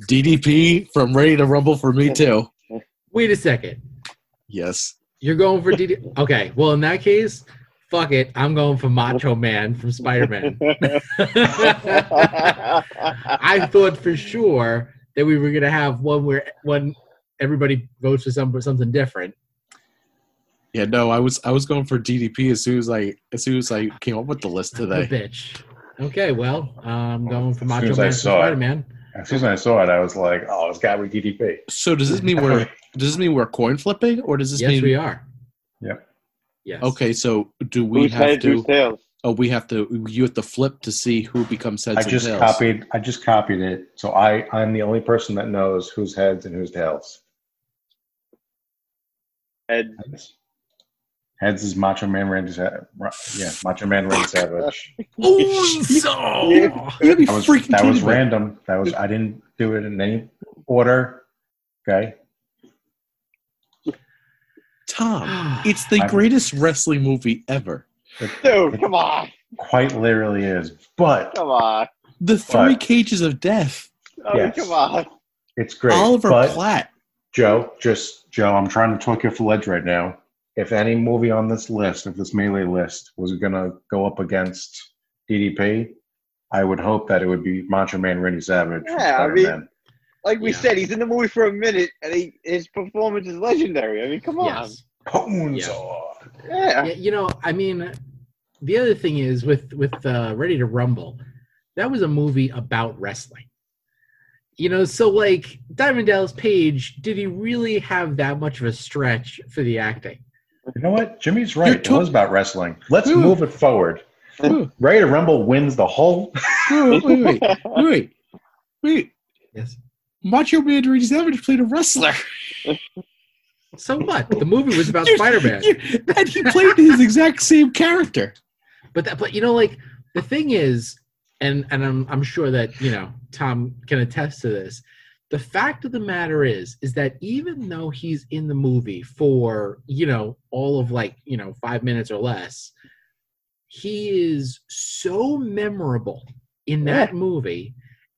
S2: DDP from Ready to Rumble for me too.
S1: Wait a second,
S2: Yes.
S1: you're going for DD? Okay, well in that case, fuck it, I'm going for Macho Man from Spider Man. I thought for sure that we were gonna have one where one everybody votes for some for something different.
S2: Yeah. No, I was I was going for DDP as soon as I as soon as I came up with the list
S1: The
S2: today.
S1: bitch. Okay, well, I'm going for
S3: As
S1: Macho
S3: soon
S1: Man,
S3: as I saw it.
S1: Spider Man.
S3: As soon as I saw it, I was like, oh, it's gotta be DDP.
S2: So does this mean we're does this mean we're coin flipping or does this
S1: Yes,
S2: mean
S1: we are.
S3: Yep.
S1: Yes.
S2: okay? So do we
S4: Who's
S2: have
S4: heads?
S2: to?
S4: Who's tails?
S2: Oh, we have to. You have to flip to see who becomes heads.
S3: I
S2: and
S3: just
S2: tails.
S3: copied. I just copied it. So I I'm the only person that knows whose heads and whose tails.
S4: Heads.
S3: Heads is Macho Man Randy Savage. Yeah, Macho Man Randy Savage.
S1: Oh, so-
S4: Yeah.
S2: You gotta be
S3: That was
S2: freaking
S3: that was
S2: kidding me.
S3: random. That was I didn't do it in any order. Okay.
S2: Tom. It's the
S3: I'm-
S2: greatest wrestling movie ever.
S4: Dude, come on,
S3: Quite literally is. But
S4: come on.
S2: The three
S3: But-
S2: cages of death.
S4: I mean,
S3: Yes.
S4: Oh, come on.
S3: It's great.
S2: Oliver
S3: but
S2: Platt.
S3: Joe, just Joe, I'm trying to talk you off the ledge right now. If any movie on this list, if this melee list was gonna go up against DDP, I would hope that it would be Macho Man Randy Savage. from
S4: Yeah, I mean-
S3: Spider-Man.
S4: Like we
S1: Yeah.
S4: said, he's in the movie for a minute, and he, his performance is legendary. I mean, come on.
S1: Yes.
S3: Bonesaw.
S4: Yeah.
S1: Yeah, you know, I mean, the other thing is with with uh, Ready to Rumble, that was a movie about wrestling. You know, so like Diamond Dallas Page, did he really have that much of a stretch for the acting?
S3: You know what? Jimmy's right.
S2: You're
S3: It
S2: to-
S3: was about wrestling. Let's
S2: Ooh.
S3: move it forward.
S2: Ooh.
S3: Ready to Rumble wins the whole.
S2: Wait, wait, wait, wait, wait, wait.
S1: Yes.
S2: Macho Man Randy Savage played a wrestler,
S1: So what? The movie was about
S2: You-
S1: Spider Man.
S2: you- and he played his exact same character.
S1: But that, but you know, like the thing is, and and I'm I'm sure that you know Tom can attest to this. The fact of the matter is, is that even though he's in the movie for you know all of like you know five minutes or less, he is so memorable in that movie,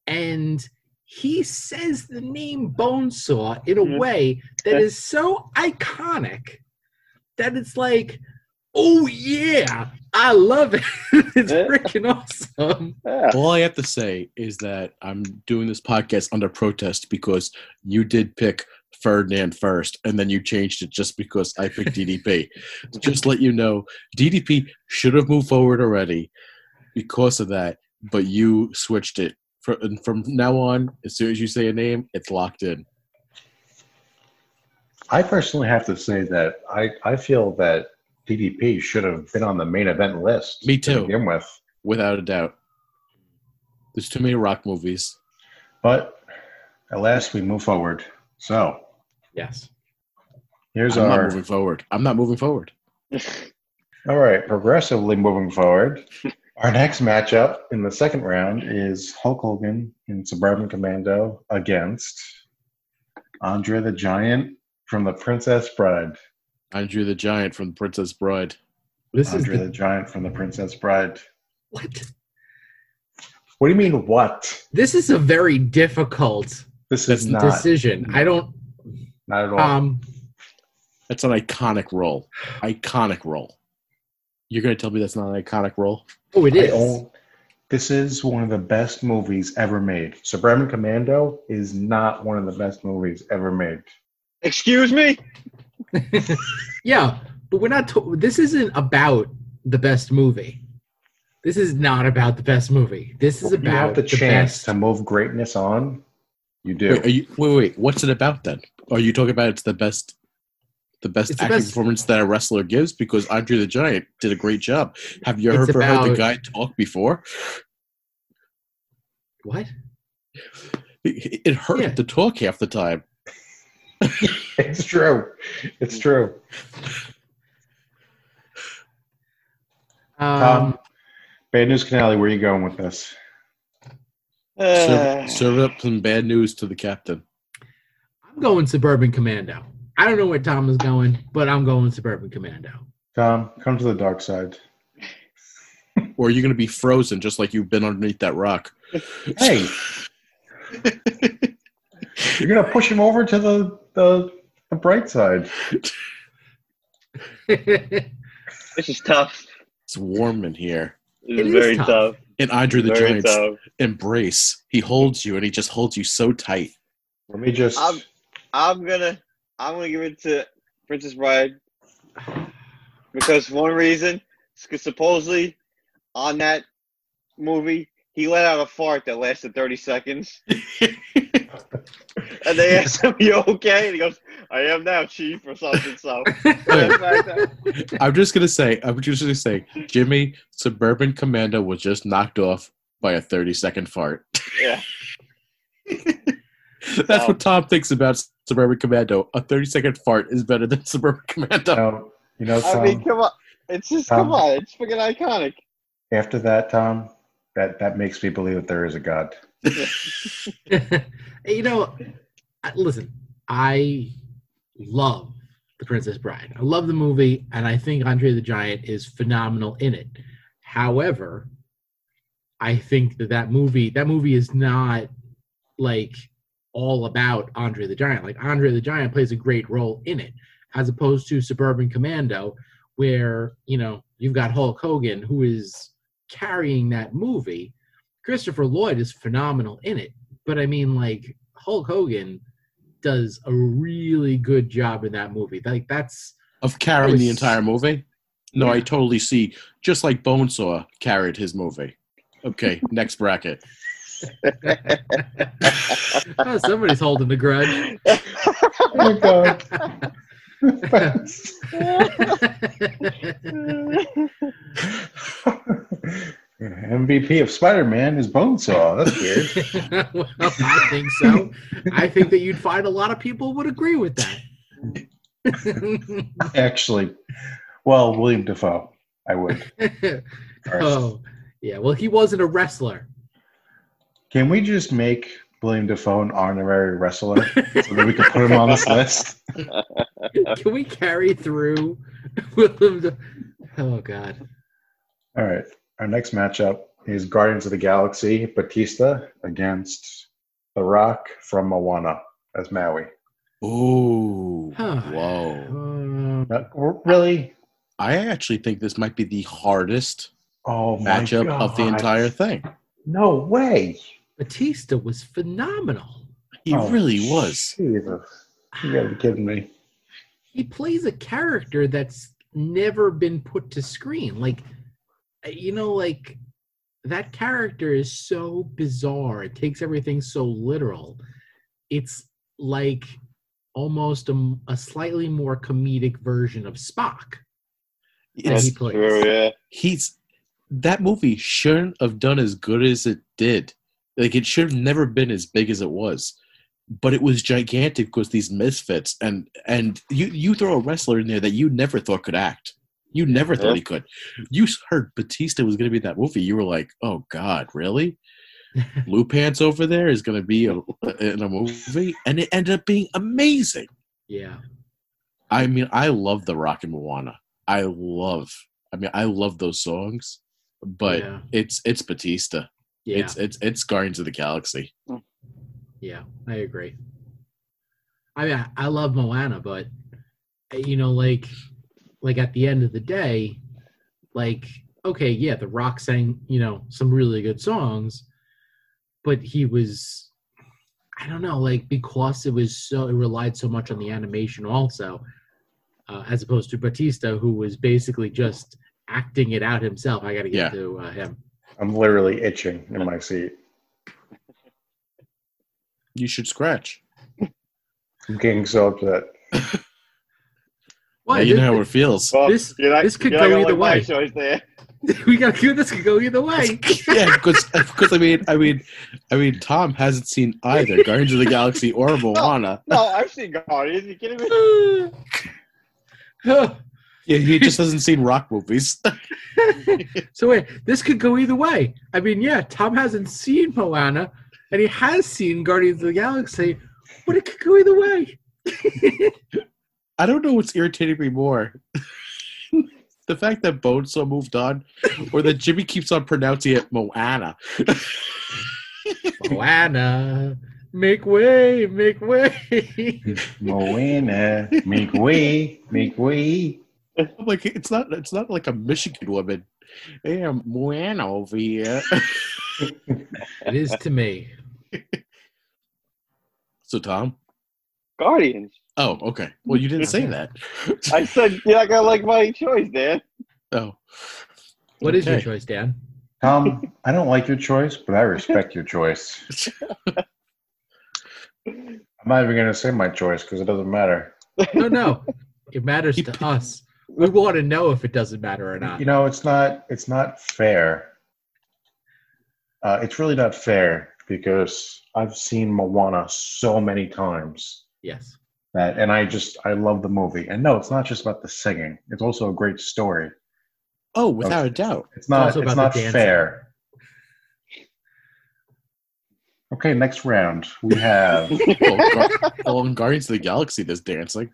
S1: and he says the name Bonesaw in a
S4: Mhm.
S1: way that is so iconic that it's like, oh yeah, I love it. it's
S4: Yeah.
S1: freaking awesome.
S4: Yeah.
S2: All I have to say is that I'm doing this podcast under protest because you did pick Ferdinand first, and then you changed it just because I picked DDP. just let you know, DDP should have moved forward already because of that, but you switched it. For, and from now on, as soon as you say a name, it's locked in.
S3: I personally have to say that I, I feel that DDP should have been on the main event list.
S2: Me
S3: To
S2: too.
S3: begin with,
S2: without a doubt. There's too many rock movies.
S3: but alas, we move forward. So
S1: Yes.
S3: here's
S2: I'm not
S3: our.
S2: moving forward. I'm not moving forward.
S3: All right, progressively moving forward. Our next matchup in the second round is Hulk Hogan in Suburban Commando against Andre the Giant from The Princess Bride.
S2: Andrew the Giant from Princess Bride.
S1: This
S3: Andre
S1: is
S3: the
S1: the,
S3: Giant from The Princess Bride.
S1: what?
S3: What do you mean, what?
S1: This is a very difficult
S3: This is
S2: That's-
S3: not,
S1: decision. I don't.
S3: not at all.
S1: Um.
S2: That's an iconic role. Iconic role. You're gonna tell me that's not an iconic role?
S1: Oh, it
S3: I
S1: is.
S3: own- this is one of the best movies ever made. Suburban Commando is not one of the best movies ever made.
S4: Excuse me?
S1: yeah, but we're not. To- this isn't about the best movie. This is not about the best movie. This is
S3: If you have
S1: about
S3: the, chance
S1: best.
S3: to move greatness on, you do.
S2: Wait, are you, wait, wait. What's it about then? Are you talking about it's the best, the best
S1: It's the
S2: acting
S1: best-
S2: performance that a wrestler gives? Because Andrew the Giant did a great job. Have you
S1: It's
S2: ever heard the
S1: about-
S2: guy talk before?
S1: what?
S2: It, it hurt
S1: Yeah.
S2: to talk half the time.
S3: It's true. It's true.
S1: Um,
S3: Um, Bad News Canale, where are you going with this?
S4: Uh,
S2: Serve, serve up some bad news to the captain.
S1: I'm going Suburban Commando. I don't know where Tom is going, but I'm going Suburban Commando.
S3: Tom, come to the dark side.
S2: or are you going to be frozen just like you've been underneath that rock?
S3: Hey, you're gonna push him over to the the, the bright side.
S1: it
S4: this is tough.
S2: It's warm in here.
S4: This
S1: It
S4: is
S1: is
S4: very
S1: tough.
S4: tough.
S2: And Andre the
S4: Very
S2: Giant's
S4: tough.
S2: embrace. He holds you and he just holds you so tight.
S3: Let me just.
S4: I'm- I'm gonna I'm gonna give it to Princess Bride because for one reason supposedly on that movie he let out a fart that lasted 30 seconds and they asked him you okay and he goes I am now chief or something so
S2: I'm just going to say, I'm just going to say, Jimmy, Suburban Commando was just knocked off by a 30 second fart.
S4: yeah
S2: That's what Tom thinks about Suburban Commando. A 30 second fart is better than Suburban
S1: Oh.
S3: you
S2: Commando.
S3: know, you know,
S4: I
S3: Tom.
S4: mean come on it's just come
S3: Um,
S4: on it's freaking iconic
S3: after that, Tom, that that makes me believe that there is a God.
S1: you know, I- listen, I love The Princess Bride. I love the movie, and I think Andre the Giant is phenomenal in it. However, I think that that movie that movie is not like all about Andre the Giant. Like Andre the Giant plays a great role in it, as opposed to Suburban Commando, where you know you've got Hulk Hogan who is carrying that movie. Christopher Lloyd is phenomenal in it, but I mean like Hulk Hogan does a really good job in that movie. Like that's
S2: of carrying
S1: was-
S2: the entire movie. No, I
S1: Yeah.
S2: totally see. Just like Bonesaw carried his movie. Okay, next bracket.
S1: oh, somebody's holding the grudge.
S3: Oh, God. MVP of Spider Man is Bonesaw. That's weird.
S1: well, I think so. I think that you'd find a lot of people would agree with that.
S3: Actually, well, William Defoe. I would. first.
S1: oh, yeah. Well, he wasn't a wrestler.
S3: Can we just make William Defoe an honorary wrestler so that we can put him on this list?
S1: Can we carry through? Willem Daf- oh God.
S3: All right. Our next matchup is Guardians of the Galaxy Batista against The Rock from Moana as Maui.
S2: Ooh,
S1: Huh.
S2: whoa!
S1: Um,
S3: Uh, r- Really?
S2: I actually think this might be the hardest
S3: Oh, my
S2: matchup of the
S3: God.
S2: entire thing.
S3: No way.
S1: Batista was phenomenal.
S2: He
S3: Oh,
S2: really was.
S3: Jesus. You gotta be kidding me.
S1: he plays a character that's never been put to screen like uh, you know like that character is so bizarre it takes everything so literal it's like almost a, m- a slightly more comedic version of spock that he
S2: It's,
S1: plays
S4: True, yeah.
S2: he's that movie shouldn't have done as good as it did. Like it should have never been as big as it was. But it was gigantic because these misfits and and you you throw a wrestler in there that you never thought could act. You never thought he could. You heard Batista was going to be in that movie. You were like, "Oh God, really?" Blue Pants over there is going to be a, in a movie, and it ended up being amazing.
S1: yeah
S2: I mean, I love the Rock and Moana. I love. I mean, I love those songs, but
S1: yeah,
S2: it's it's Batista.
S1: yeah,
S2: It's it's it's Guardians of the Galaxy.
S1: yeah i agree i mean I, I love moana but uh, you know like like at the end of the day like okay yeah the rock sang you know some really good songs but he was i don't know like because it was so it relied so much on the animation also uh, as opposed to batista who was basically just acting it out himself i gotta get
S2: Yeah.
S1: to uh, him
S3: I'm literally itching in my seat.
S2: You should scratch.
S3: I'm getting so upset.
S2: Now
S1: Why
S2: you know
S1: did-
S2: how it feels.
S4: Well,
S1: This-
S4: you're not-
S1: this could
S4: you're not
S1: go
S4: gonna
S1: either
S4: like my
S1: way.
S4: choice there.
S1: we got this could go either way
S2: yeah, because because I mean I mean I mean Tom hasn't seen either Guardians of the Galaxy or Moana.
S4: No, I've seen Guardians. You kidding me?
S2: Yeah, he just hasn't seen rock movies.
S1: so wait, this could go either way. I mean, yeah, Tom hasn't seen Moana, and he has seen Guardians of the Galaxy, but it could go either way.
S2: I don't know what's irritating me more. The fact that Bonesaw moved on, or that Jimmy keeps on pronouncing it Moana.
S1: Moana, make way, make way.
S3: Moana, make way, make way.
S2: I'm like, it's not, it's not like a Michigan woman. Hey, I'm Moana over here.
S1: it is to me.
S2: so, Tom.
S4: Guardians.
S2: Oh, okay. Well, you didn't say that.
S4: I said you're not gonna like my choice, Dan.
S2: oh,
S1: What is
S2: Okay.
S1: your choice, Dan?
S3: Tom, I don't like your choice, but I respect your choice. I'm not even gonna say my choice because it doesn't matter.
S1: No, no, it matters to us. We want to know if it doesn't matter or not.
S3: You know, it's not it's not fair. Uh, it's really not fair because I've seen Moana so many times
S1: Yes.
S3: that, and I just I love the movie. And no, it's not just about the singing; it's also a great story.
S2: oh, without a doubt.
S3: It's not. It's,
S1: also about the
S3: not
S1: dancing.
S3: fair. Okay, next round we have.
S2: Well, Gar- well, in Guardians of the Galaxy, there's dancing.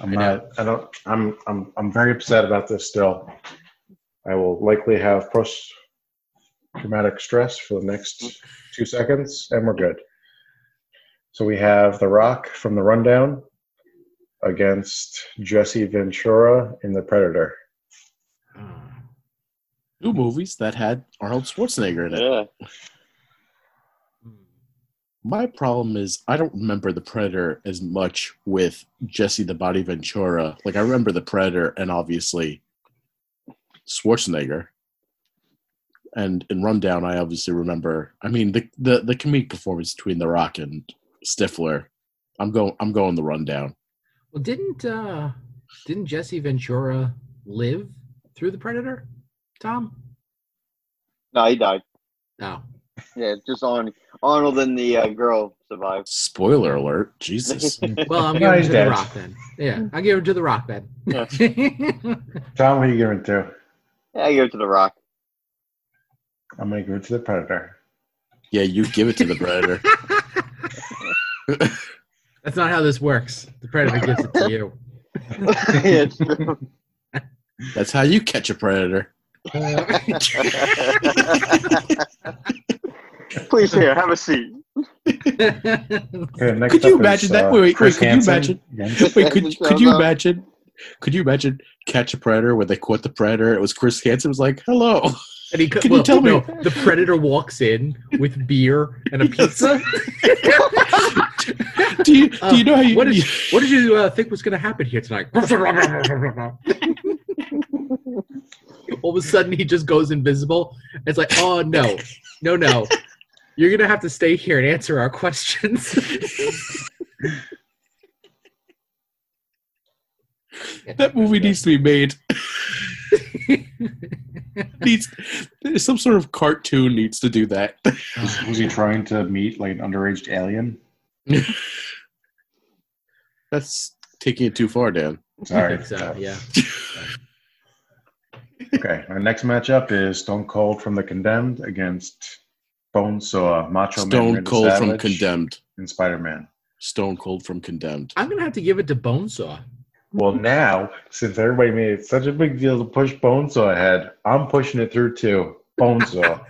S3: I'm
S2: I know.
S3: not. I don't. I'm. I'm. I'm very upset about this. Still, I will likely have pros, dramatic stress for the next two seconds, and we're good. So we have The Rock from The Rundown against Jesse Ventura in The Predator.
S1: Ah.
S2: Two movies that had Arnold Schwarzenegger in it.
S4: Yeah.
S1: Hmm.
S2: My problem is I don't remember the Predator as much with Jesse the Body Ventura. Like I remember the Predator and obviously Schwarzenegger. And in Rundown, I obviously remember. I mean, the the, the comedic performance between The Rock and Stifler. I'm going. I'm going the Rundown.
S1: Well, didn't uh didn't Jesse Ventura live through the Predator? Tom?
S4: No, he died.
S1: No.
S4: Yeah, just on Arnold and the uh, girl survived.
S2: Spoiler alert! Jesus.
S1: Well, I'm
S3: No,
S1: giving it
S3: he's
S1: to
S3: dead.
S1: the Rock then. Yeah, I'll give it to the Rock then.
S3: Tom, what are you giving it to?
S4: Yeah, I give it to The Rock.
S3: I'm going to give it to The Predator.
S2: yeah, you give it to the Predator.
S1: That's not how this works. The Predator gives it to you.
S4: yeah, it's true.
S2: That's how you catch a Predator.
S4: Please here, have a seat.
S3: Okay, next
S2: Could you
S3: up is, uh,
S2: imagine that? Wait, wait, wait,
S3: Chris
S2: could you
S3: Hansen
S2: imagine?
S3: against
S2: Wait, could,
S4: So
S2: could you
S4: no.
S2: imagine? Could you imagine catch a predator where they caught the predator? It was Chris Hansen. Was like, hello.
S1: And he, co-
S2: Can you
S1: well,
S2: tell me-
S1: no, the Predator walks in with beer and a pizza.
S2: Do you
S1: Uh,
S2: do you know how you?
S1: what, did, what did you uh, think was going to happen here tonight? All of a sudden, he just goes invisible. It's like, oh no, no, no! You're going to have to stay here and answer our questions.
S2: that movie needs to be made. needs some sort of cartoon needs to do that.
S3: Was, was he trying to meet like an underage alien?
S2: That's taking it too far, Dan.
S1: I
S3: Sorry.
S1: think so, uh, yeah.
S3: Okay, our next matchup is Stone Cold from the Condemned against Bonesaw, Macho Man,
S2: Stone
S3: Randy
S2: Cold from
S3: Savage,
S2: Condemned.
S3: and Spider Man.
S2: Stone Cold from Condemned.
S1: I'm going to have to give it to Bonesaw.
S3: Well, now since everybody made it such a big deal to push Bonesaw ahead, I'm pushing it through too. Bonesaw.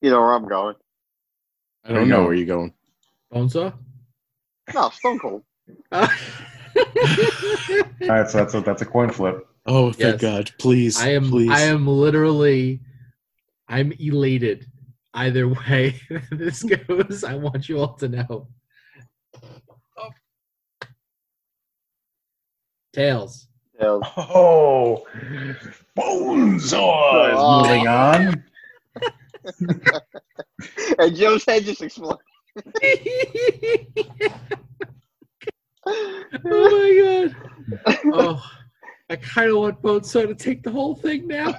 S4: You know where I'm going.
S2: I don't know where you're going.
S1: Bonesaw?
S4: No, Stone Cold.
S1: Uh,
S3: All right, so that's a, that's a coin flip.
S2: Oh,
S1: Yes.
S2: thank God! Please,
S1: I am
S2: Please.
S1: I am literally I'm elated either way this goes. I want you all to know. Tails.
S4: Yeah,
S3: Oh, Bonesaw is
S4: Oh.
S3: moving on.
S4: and Joe's head just exploded.
S1: oh my god. Oh, I kind of want Bonesaw to take the whole thing now.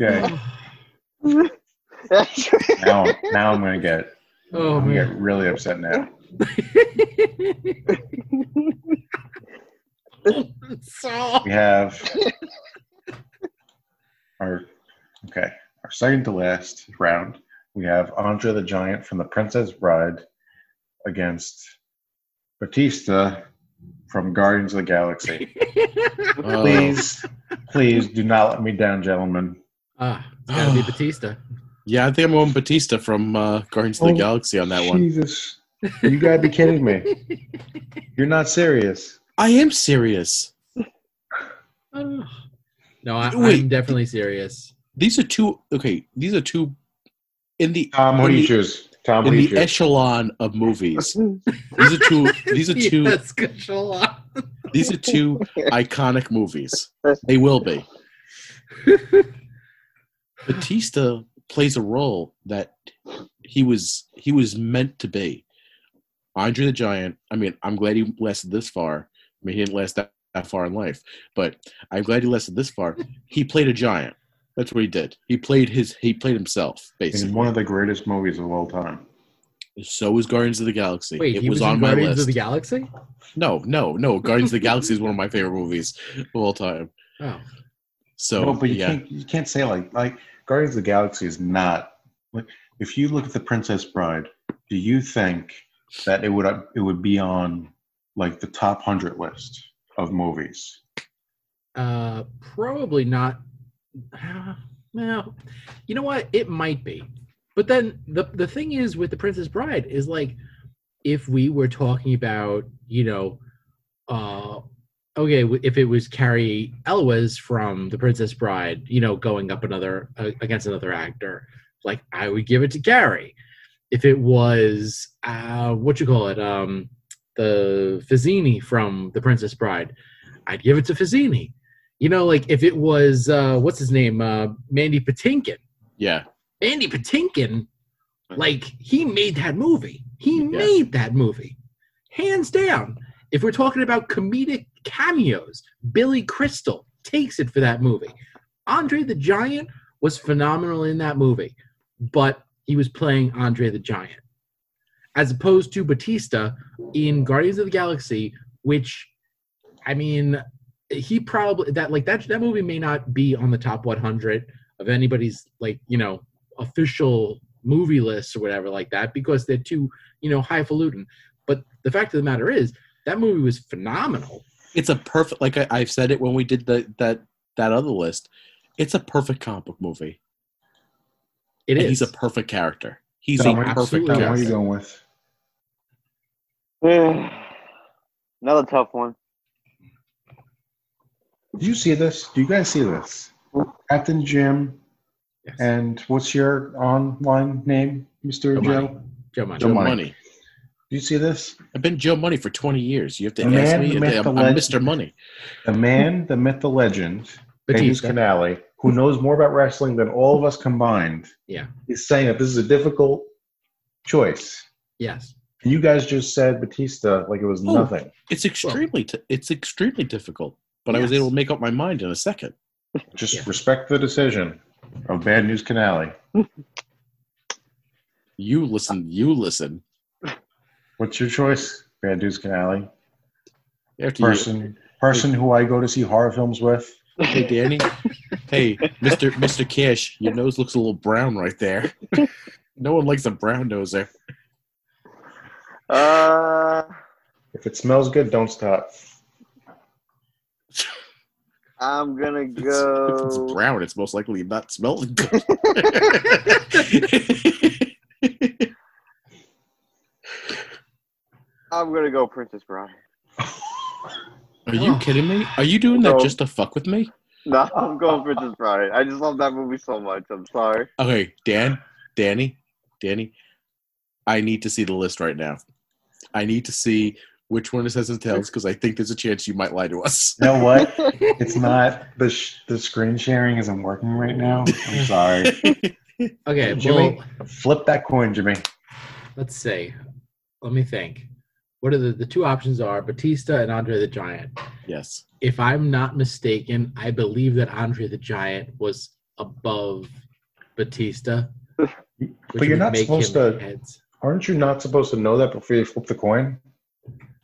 S3: Okay, now now I'm gonna get it.
S1: oh
S3: I'm gonna
S1: man.
S3: get really upset now.
S1: so
S3: We have our okay, our second to last round. We have Andre the Giant from The Princess Bride against Batista from Guardians of the Galaxy.
S2: Oh.
S3: Please, please do not let me down, gentlemen.
S1: Ah, it's gotta be Batista.
S2: Yeah, I think I'm on Batista from uh, Guardians of
S3: Oh,
S2: the Galaxy on that one.
S3: Jesus, you gotta be kidding me! You're not serious.
S2: I am serious.
S1: Oh. No, I,
S2: Wait.
S1: I'm definitely serious.
S2: These are two. Okay, these are two in the
S3: Tom, who do
S2: In
S3: you
S2: the-
S3: choose? Tom, who
S2: in
S3: do you
S2: the
S3: choose?
S2: echelon of movies. These are two. These are two.
S1: Yes, Kushala.
S2: These are two iconic movies. They will be. Batista plays a role that he was he was meant to be. Andre the Giant. I mean, I'm glad he lasted this far. I mean, he didn't last that, that far in life, but I'm glad he lasted this far. He played a giant. That's what he did. He played his. He played himself.
S3: In
S2: Basically,
S3: one of the greatest movies of all time.
S2: so was Guardians of the Galaxy.
S1: Wait,
S2: it
S1: he was,
S2: on
S1: in
S2: my
S1: Guardians
S2: list.
S1: of the Galaxy?
S2: no, no, no. Guardians of the Galaxy is one of my favorite movies of all time.
S1: Oh.
S2: So,
S3: no, but you
S2: yeah.
S3: can't you can't say like like Guardians of the Galaxy is not like if you look at the Princess Bride, do you think that it would it would be on like the top hundred list of movies.
S1: Uh, probably not. uh, Well, you know what? It might be. But then the the thing is with the Princess Bride is like, if we were talking about you know, uh, okay, w- if it was Carrie Elwes from the Princess Bride, you know, going up another uh, against another actor, like I would give it to Carrie. If it was uh, what you call it, um, the Fizzini from the Princess Bride, I'd give it to Fizzini. You know, like if it was uh, what's his name, uh, Mandy Patinkin.
S2: Yeah.
S1: Andy Patinkin, like he made that movie. He
S2: Yeah.
S1: made that movie, hands down. If we're talking about comedic cameos, Billy Crystal takes it for that movie. Andre the Giant was phenomenal in that movie, but he was playing Andre the Giant, as opposed to Batista in Guardians of the Galaxy, which, I mean, he probably that like that that movie may not be on the top 100 of anybody's like you know official movie lists or whatever like that because they're too you know highfalutin but the fact of the matter is that movie was phenomenal
S2: It's a perfect like I, I've said it when we did the that that other list. It's a perfect comic book movie.
S1: It
S2: and
S1: is.
S2: he's a perfect character. He's
S3: Tom,
S2: a
S3: where-
S2: perfect
S1: absolutely.
S3: Tom,
S1: Yes.
S2: character.
S3: what are you going with?
S4: Another tough one.
S3: Did you see this? Do you guys see this? Captain Jim
S1: Yes.
S3: and what's your online name, Mister
S1: Joe
S3: Joe?
S1: Money. Joe Money.
S3: Joe
S2: Joe
S3: Money.
S2: Money.
S3: Do you see this?
S2: I've been Joe Money for 20 years. You have to
S3: The
S2: ask
S3: man,
S2: me.
S3: the
S2: if
S3: myth,
S2: they- I'm,
S3: the
S2: I'm
S3: legend.
S2: Mr. Money.
S3: The man, the myth, the legend. Hades
S1: Batista.
S3: Canale, who knows more about wrestling than all of us combined,
S1: Yeah.
S3: is saying that this is a difficult choice.
S1: Yes.
S3: And you guys just said Batista like it was
S2: Oh.
S3: nothing.
S2: It's extremely t- it's extremely difficult, but I was
S1: Yes.
S2: able to make up my mind in a second.
S3: Just
S1: Yeah.
S3: respect the decision of Bad News Canale.
S2: You listen, you listen.
S3: What's your choice, Bad News Canale?
S2: After you,
S3: Person, person who I go to see horror films with.
S2: hey Danny, hey Mister Mister Cash, your nose looks a little brown right there. no one likes a brown noser.
S4: Uh,
S3: If it smells good, don't stop.
S4: I'm gonna
S2: If it's- if it's
S4: go.
S2: brown, it's most likely not smelling good.
S4: I'm gonna go Princess Bride.
S2: Are you kidding me? Are you doing that
S4: No.
S2: just to fuck with me?
S4: No, I'm going Princess Bride. I just love that movie so much. I'm sorry.
S2: Okay, Dan, Danny, Danny, I need to see the list right now. I need to see which one is heads and tails because I think there's a chance you might lie to us.
S3: You know what? It's not the sh- the screen sharing isn't working right now. I'm sorry.
S1: Okay.
S3: Jimmy,
S1: Well,
S3: flip that coin, Jimmy.
S1: let's see. Let me think. What are the, the two options are Batista and Andre the Giant.
S2: yes.
S1: If I'm not mistaken, I believe that Andre the Giant was above Batista. which
S3: But you're
S1: would
S3: not
S1: make
S3: supposed
S1: him
S3: to-
S1: heads.
S3: Aren't you not supposed to know that before you flip the coin?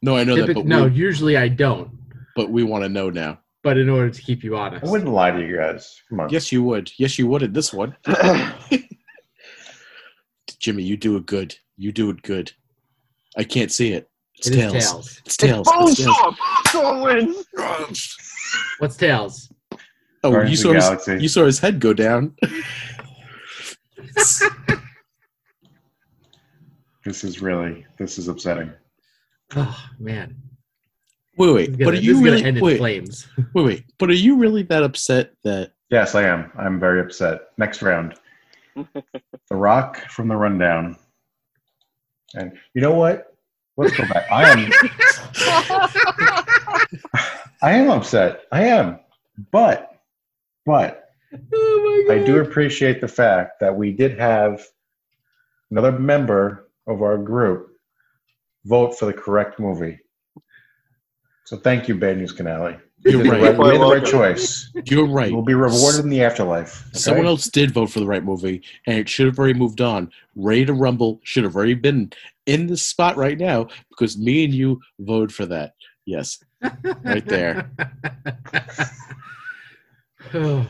S2: No, I know that,
S1: Typic-
S2: but,
S1: no,
S2: we,
S1: usually I don't.
S2: but we want to know now.
S1: But in order to keep you honest,
S3: I wouldn't lie to you guys. Come on.
S2: Yes, you would. Yes, you would in this one. Jimmy, you do it good. You do it good. I can't see it. It's
S1: It is
S2: tails.
S1: tails.
S2: It's tails.
S4: Oh,
S2: It's tails.
S4: Bonesaw! Bonesaw wins!
S1: What's tails?
S2: Oh, you
S3: Guardians
S2: saw,
S3: of the
S2: his,
S3: Galaxy.
S2: you saw his head go down.
S3: This is really this is upsetting.
S1: Oh man,
S2: Wait,
S1: This is
S2: wait.
S1: gonna-
S2: But are
S1: this
S2: you
S1: is
S2: really
S1: gonna end in
S2: wait,
S1: flames?
S2: wait, wait. But are you really that upset that
S3: Yes, I am. I'm very upset. Next round. the Rock from the Rundown. And you know what? Let's go back. I am I am upset. I am. But but
S1: Oh my
S3: I
S1: god!
S3: do appreciate the fact that we did have another member of our group vote for the correct movie. So thank you, Bad News Canale.
S2: You're
S3: We
S2: right.
S3: made the right,
S4: You're welcome.
S3: choice.
S2: You're right.
S3: We'll be rewarded in the afterlife. okay?
S2: Someone else did vote for the right movie, and it should have already moved on. Ready to Rumble should have already been in this spot right now because me and you voted for that. Yes. right there.
S1: Oh,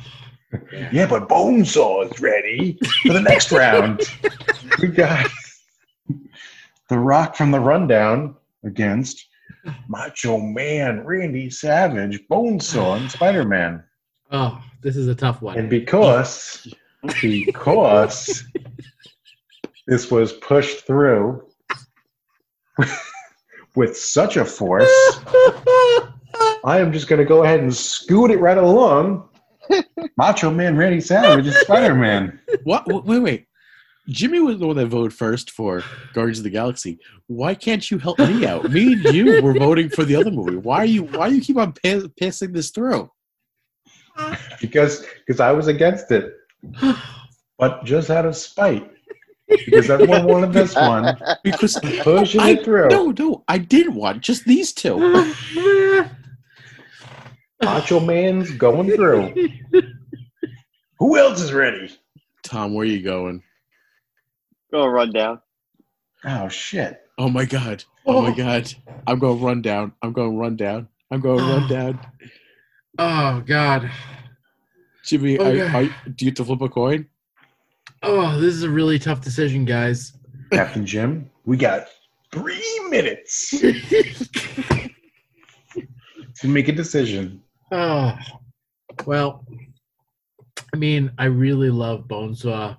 S3: Yeah, but Bonesaw is ready for the next round. We got The Rock from the Rundown against Macho Man, Randy Savage, Bonesaw, and Spider Man.
S1: Oh, this is a tough one.
S3: And because because this was pushed through with such a force, I am just going to go ahead and scoot it right along. Macho Man Randy Savage is Spider Man.
S2: What? wait, Wait, wait. Jimmy was the one that voted first for Guardians of the Galaxy. Why can't you help me out? Me and you were voting for the other movie. Why are you? Why do you keep on pass, passing this through?
S3: Because because I was against it, but just out of spite. Because everyone wanted this one,
S2: Because
S3: pushing
S2: I-
S3: it through.
S2: no, no, I didn't want just these
S1: Oh,
S2: two.
S3: Macho Man's going through. Who else is ready?
S2: Tom, where are you going?
S4: Gonna run down.
S3: Oh shit!
S2: Oh my god! Oh my god! I'm going run down. I'm going run down. I'm going run down.
S1: oh God.
S2: Jimmy,
S1: Okay.
S2: are, are, do you have to flip a coin?
S1: Oh, this is a really tough decision, guys.
S3: Captain Jim, we got three minutes to make a decision.
S1: oh, well, I mean, I really love Bonesaw,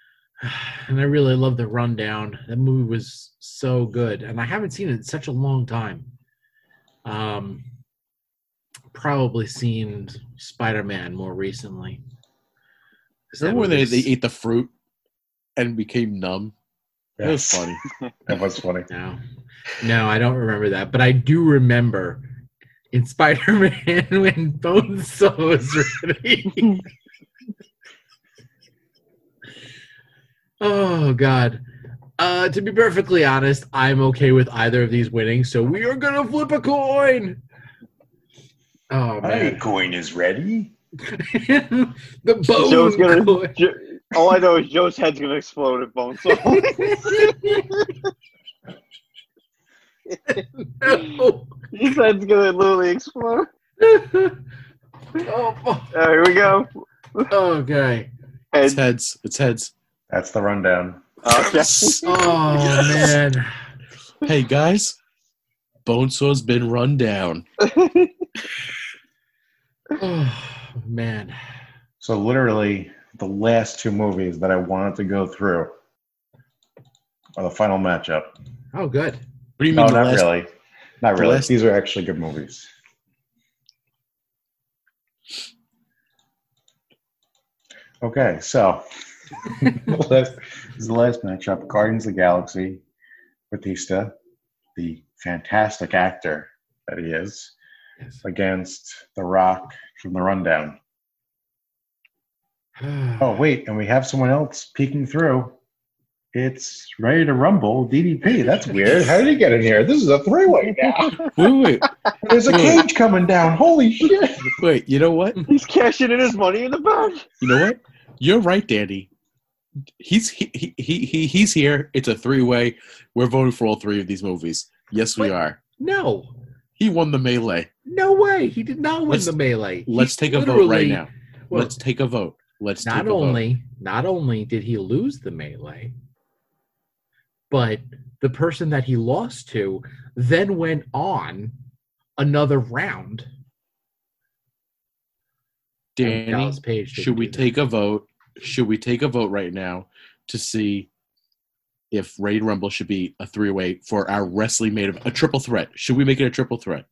S1: and I really love the rundown. That movie was so good, and I haven't seen it in such a long time. Um, probably seen Spider Man more recently. 'Cause that
S2: Remember when they,
S1: movie's-
S2: they ate the fruit and became numb? That was
S3: Yes,
S2: funny.
S3: That was funny.
S1: No, no, I don't remember that, but I do remember in Spider-Man when Bonesaw was ready. oh God. Uh, to be perfectly honest, I'm okay with either of these winning, so we are gonna flip a coin. Oh
S3: My
S1: man,
S3: coin is ready.
S1: the bone
S4: Joe's gonna-
S1: coin.
S4: Jo- All I know is Joe's head's gonna explode at bone. So
S1: No.
S4: his head's gonna literally explode.
S1: oh, fuck.
S4: All right, here we go.
S1: okay.
S2: It's
S4: And uh,
S2: heads. It's heads.
S3: That's the rundown.
S4: okay.
S1: Oh man.
S2: Hey guys, Bonesaw's been run down.
S1: Oh man.
S3: So literally the last two movies that I wanted to go through are the final matchup.
S1: Oh good.
S2: What do you mean
S3: No,
S2: the
S3: not
S2: last?
S3: really. Not
S2: the
S3: really.
S2: last-
S3: These are actually good movies. Okay, so the last, this is the last matchup: Guardians of the Galaxy, Batista, the fantastic actor that he is,
S1: Yes.
S3: against The Rock from The Rundown.
S1: Oh.
S3: Oh wait, and we have someone else peeking through. It's ready to rumble. DDP. That's weird. How did he get in here? This is a three-way now.
S2: Wait, wait,
S3: There's a cage coming down. Holy shit!
S2: wait. You know what?
S4: He's cashing in his money in the bank.
S2: You know what? You're right, Danny. He's he, he, he, he he's here. It's a three way. We're voting for all three of these movies. Yes, we
S1: What?
S2: are.
S1: No.
S2: He won the melee.
S1: No way. He did not win
S2: Let's-
S1: the melee. He
S2: Let's take a vote
S1: literally-
S2: right now.
S1: Well,
S2: Let's take a vote. Let's
S1: not
S2: take a vote.
S1: only not only did he lose the melee, but the person that he lost to then went on another round.
S2: Danny.
S1: Dallas Page. didn't
S2: Should we
S1: do that.
S2: take a vote? Should we take a vote right now to see if Raid Rumble should be a three way for our wrestling made of a triple threat? Should we make it a triple threat?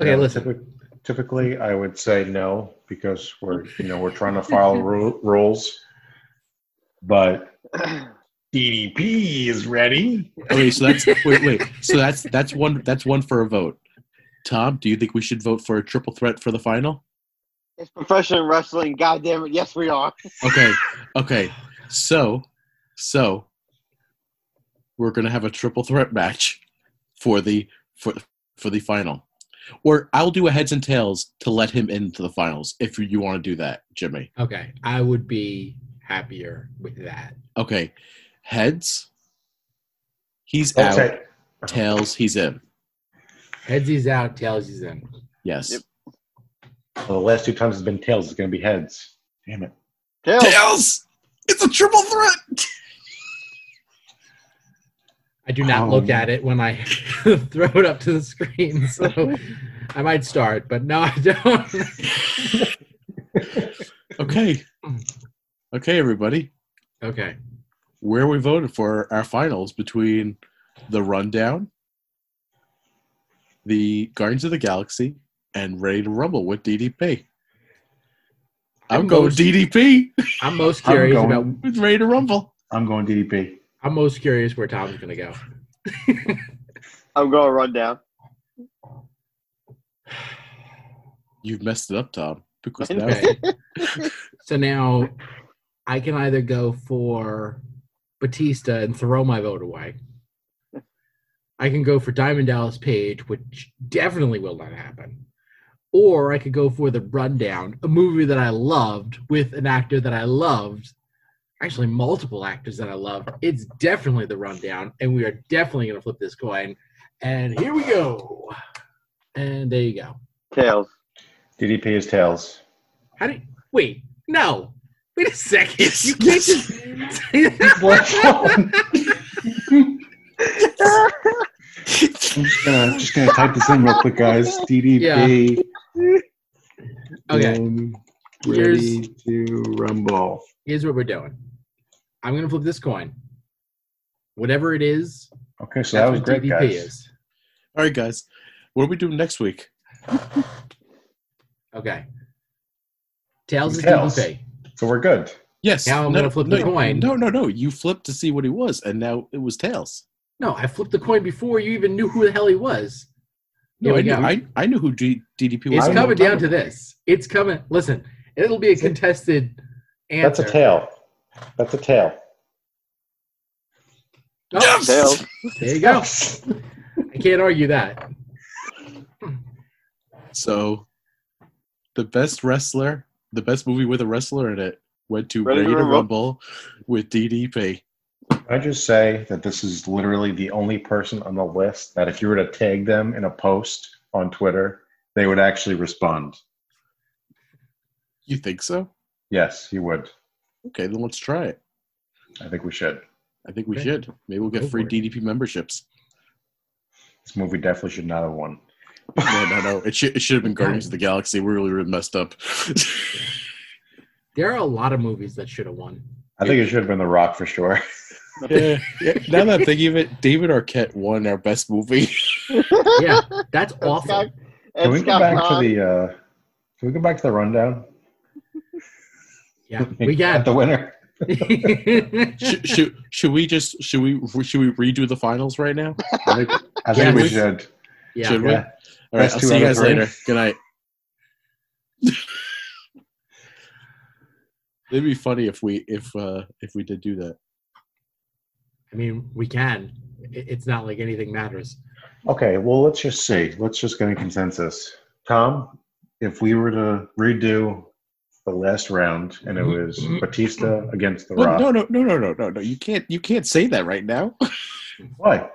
S1: Okay,
S3: You know,
S1: listen.
S3: typi- Typically, I would say no because we're you know we're trying to follow ru- rules, but DDP is ready.
S2: Okay, so that's wait, wait. So that's that's one that's one for a vote. Tom, do you think we should vote for a triple threat for the final?
S4: It's professional wrestling. God damn it. Yes, we are.
S2: Okay, okay. So, so we're gonna have a triple threat match for the for for the final, or I'll do a heads and tails to let him into the finals if you want to do that, Jimmy.
S1: Okay, I would be happier with that.
S2: Okay, heads, he's out.
S3: Okay.
S2: Tails, he's in.
S1: Heads he's out, tails he's in.
S2: Yes.
S4: Yep.
S3: Well, the last two times it's been tails. It's going to be heads. Damn it!
S4: Tails.
S2: Tails, it's a triple threat.
S1: I do not
S3: Oh.
S1: look at it when I throw it up to the screen, so I might start, but no, I don't.
S2: Okay. Okay, everybody.
S1: Okay.
S2: Where we voted for our finals between the rundown, the Guardians of the Galaxy, and Ready to Rumble with DDP. I'm
S1: I'm
S2: going
S1: most-
S2: DDP
S1: I'm most
S3: I'm
S1: curious
S3: going-
S1: about.
S2: with Ready to Rumble.
S3: I'm going DDP.
S1: I'm most curious where Tom's gonna go.
S4: I'm going to run down.
S2: You've messed it up, Tom. Because now
S1: Okay. so now I can either go for Batista and throw my vote away. I can go for Diamond Dallas Page, which definitely will not happen. Or I could go for The Rundown, a movie that I loved with an actor that I loved. Actually, multiple actors that I loved. It's definitely The Rundown, and we are definitely going to flip this coin. And here we go. And there you go.
S4: Tails.
S3: DDP is tails.
S1: How do you, wait? No. Wait a second.
S2: Yes,
S1: you can't
S2: yes.
S1: just.
S3: I'm just gonna, just gonna type this in real quick, guys. DDP.
S1: okay.
S3: in
S1: Here's-
S3: ready to rumble.
S1: Here's what we're doing. I'm gonna flip this coin. Whatever it is,
S3: Okay, so
S1: that's
S3: that was
S1: what
S3: great,
S1: DDP
S3: guys.
S1: is.
S2: All right, guys. What are we doing next week?
S1: Okay. Tails is
S3: Tails.
S1: DDP.
S3: So we're good.
S2: Yes.
S1: Now I'm
S2: no,
S1: gonna flip
S2: no,
S1: the coin.
S2: No, no, no. You flipped to see what he was, and now it was tails.
S1: No, I flipped the coin before you even knew who the hell he was. Here
S2: No, I
S1: we
S2: knew,
S1: go.
S2: I, I knew who G, DDP was.
S1: It's
S3: I
S2: I'm
S3: know
S1: coming
S2: talking
S1: down to this. It's coming. Listen, it'll be a contested
S3: That's
S1: answer.
S3: a tail. That's a tail.
S1: Oh,
S2: Yes!
S4: Tails.
S1: There you go. I can't argue that.
S2: So, the best wrestler, the best movie with a wrestler in it, went to
S4: Ready
S2: Ready,
S4: to
S2: to
S4: Rumble.
S2: Rumble with DDP.
S3: I just say that this is literally the only person on the list that if you were to tag them in a post on Twitter, they would actually respond.
S2: You think so?
S3: Yes, he would.
S2: Okay, then let's try it.
S3: I think we should.
S2: I think we
S1: Okay.
S2: should. Maybe we'll
S1: Go
S2: get free
S1: for it.
S2: DDP memberships.
S3: This movie definitely should not have won.
S2: No, no, no. It should, it should have been Guardians of the Galaxy. We really, really messed up.
S1: There are a lot of movies that should have won.
S3: I think it should have been The Rock for sure.
S2: yeah, yeah. Now that I'm thinking of it, David Arquette won our best movie.
S1: Yeah, that's awful.
S4: Scott-
S3: Can we
S4: and
S3: go
S4: Scott
S3: back to
S4: Kahn.
S3: the? Uh, can we go back to the rundown?
S1: Yeah, we got
S3: the winner.
S1: it.
S2: should, should, should we just should we should we redo the finals right now?
S3: I think, I think
S1: Yes.
S3: we should.
S1: yeah.
S2: Should we?
S3: Yeah.
S2: All right,
S3: Best
S2: I'll
S3: two
S2: see you
S3: out of
S2: guys
S3: three.
S2: later. Good night. It'd be funny if we if uh if we did do that.
S1: I mean, we can. It- It's not like anything matters.
S3: Okay, well, let's just see. Let's just get a consensus. Tom, if we were to redo the last round and it was Batista against The
S2: Mm-hmm. No,
S3: Rock,
S2: no, no, no, no, no, no, no. You can't you can't say that right now.
S3: why?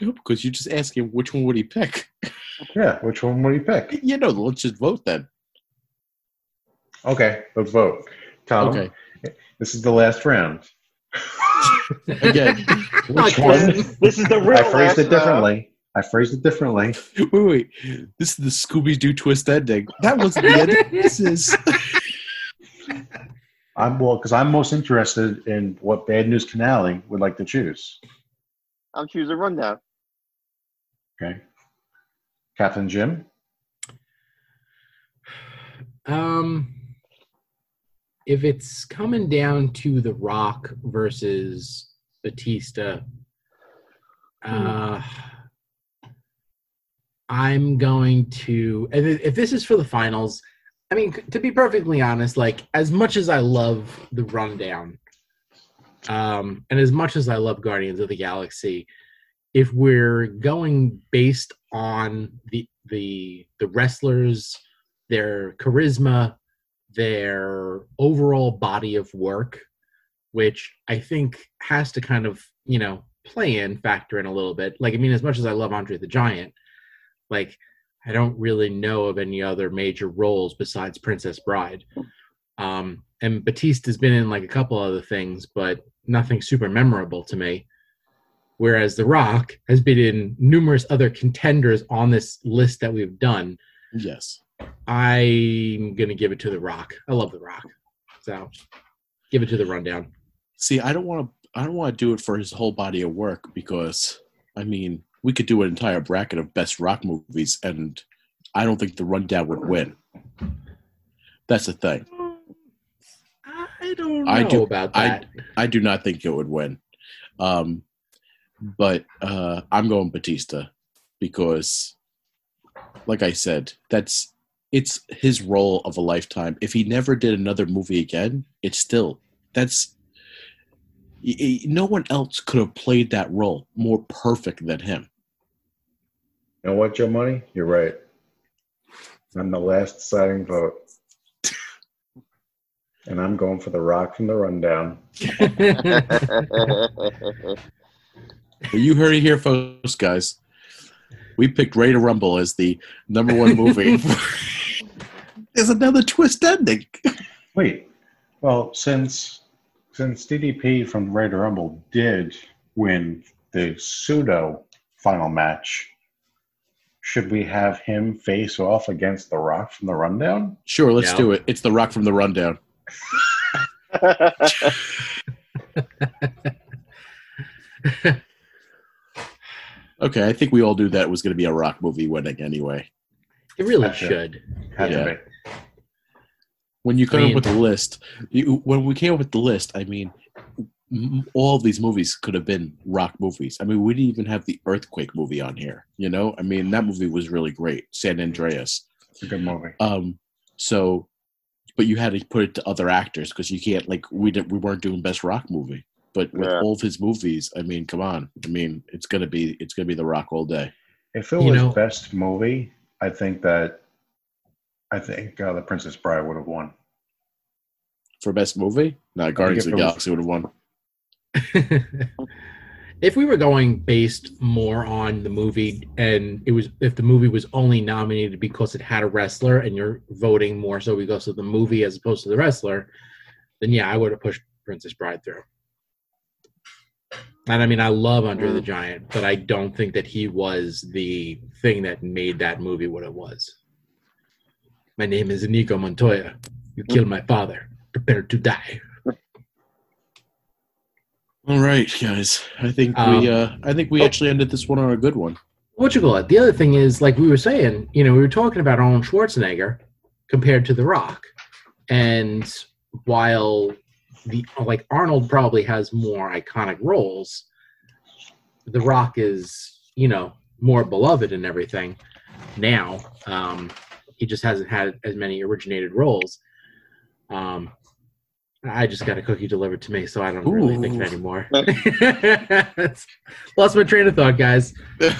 S2: no, because you just ask him which one would he pick.
S3: Yeah, which one would you pick?
S2: You know, let's just vote then.
S3: Okay, let's vote. Tom,
S2: Okay.
S3: this is the last round.
S2: Again.
S3: Which
S1: Again.
S3: one?
S4: This is the real
S3: I phrased it
S4: last round.
S3: differently. I phrased it differently.
S2: Wait, wait. This is the Scooby Doo twist ending. That wasn't the ending. This is
S3: I'm well because I'm most interested in what Bad News Canale would like to choose.
S4: I'm choosing rundown.
S3: Okay, Captain Jim.
S1: Um, if it's coming down to The Rock versus Batista, uh, I'm going to. And if if this is for the finals, I mean, c- to be perfectly honest, like as much as I love the rundown, um, and as much as I love Guardians of the Galaxy, if we're going based on the the the wrestlers their charisma, their overall body of work, which I think has to kind of, you know, play in, factor in a little bit. Like, I mean, as much as I love Andre the Giant, like, I don't really know of any other major roles besides Princess Bride. Um, and Batista's been in like a couple other things, but nothing super memorable to me. Whereas The Rock has been in numerous other contenders on this list that we've done.
S2: Yes.
S1: I'm gonna give it to The Rock. I love The Rock, so give it to the rundown.
S2: See, I don't want to. I don't want to do it for his whole body of work because, I mean, we could do an entire bracket of best rock movies, and I don't think the rundown would win. That's the thing.
S1: I don't know
S2: I do-
S1: about
S2: I-
S1: that.
S2: I do not think it would win. Um, but uh, I'm going Batista because, like I said, that's it's his role of a lifetime. If he never did another movie again, it's still that's y- y- no one else could have played that role more perfect than him.
S3: You know what, Joe Money? You're right. I'm the last deciding vote. and I'm going for The Rock from the rundown.
S2: Well, you heard it here, folks, guys. We picked Ray to Rumble as the number one movie. There's another twist ending.
S3: Wait. Well, since since DDP from Ray to Rumble did win the pseudo final match, should we have him face off against The Rock from the rundown?
S2: Sure, let's
S1: Yeah.
S2: do it. It's The Rock from the Rundown. Okay, I think we all knew that was going to be a rock movie winning anyway.
S1: it really
S3: Gotcha.
S1: should.
S3: Had to
S2: Yeah.
S3: be.
S2: When you come
S1: I mean-
S2: up with the list, you, when we came up with the list, I mean, m- all of these movies could have been rock movies. I mean, we didn't even have the earthquake movie on here. You know, I mean, that movie was really great, San Andreas.
S3: It's a good movie.
S2: Um, so, but you had to put it to other actors because you can't like we didn't we weren't doing best rock movie. But with
S4: Yeah.
S2: all of his movies, I mean, come on, I mean, it's gonna be it's gonna be the rock all day.
S3: If it
S1: You
S3: was
S1: know-
S3: best movie, I think that I think uh, the Princess Bride would have won.
S2: for best movie? No, Guardians of the
S3: it was-
S2: Galaxy would have won.
S1: if we were going based more on the movie and it was if the movie was only nominated because it had a wrestler and you're voting more so because of the movie as opposed to the wrestler then yeah i would have pushed princess bride through and i mean i love under the giant but i don't think that he was the thing that made that movie what it was my name is Inigo Montoya. You killed my father. Prepare to die.
S2: All right, guys. I think
S1: Um,
S2: we uh I
S3: oh.
S2: think we actually ended this one on a good one.
S1: what you call it? The other thing is, like we were saying, you know, we were talking about Arnold Schwarzenegger compared to The Rock, and while the like Arnold probably has more iconic roles, The Rock is you know more beloved and everything now. Um, he just hasn't had as many originated roles. Um, I just got a cookie delivered to me, so I don't really think of
S2: Ooh.
S1: it anymore. Lost my train of thought, guys. Love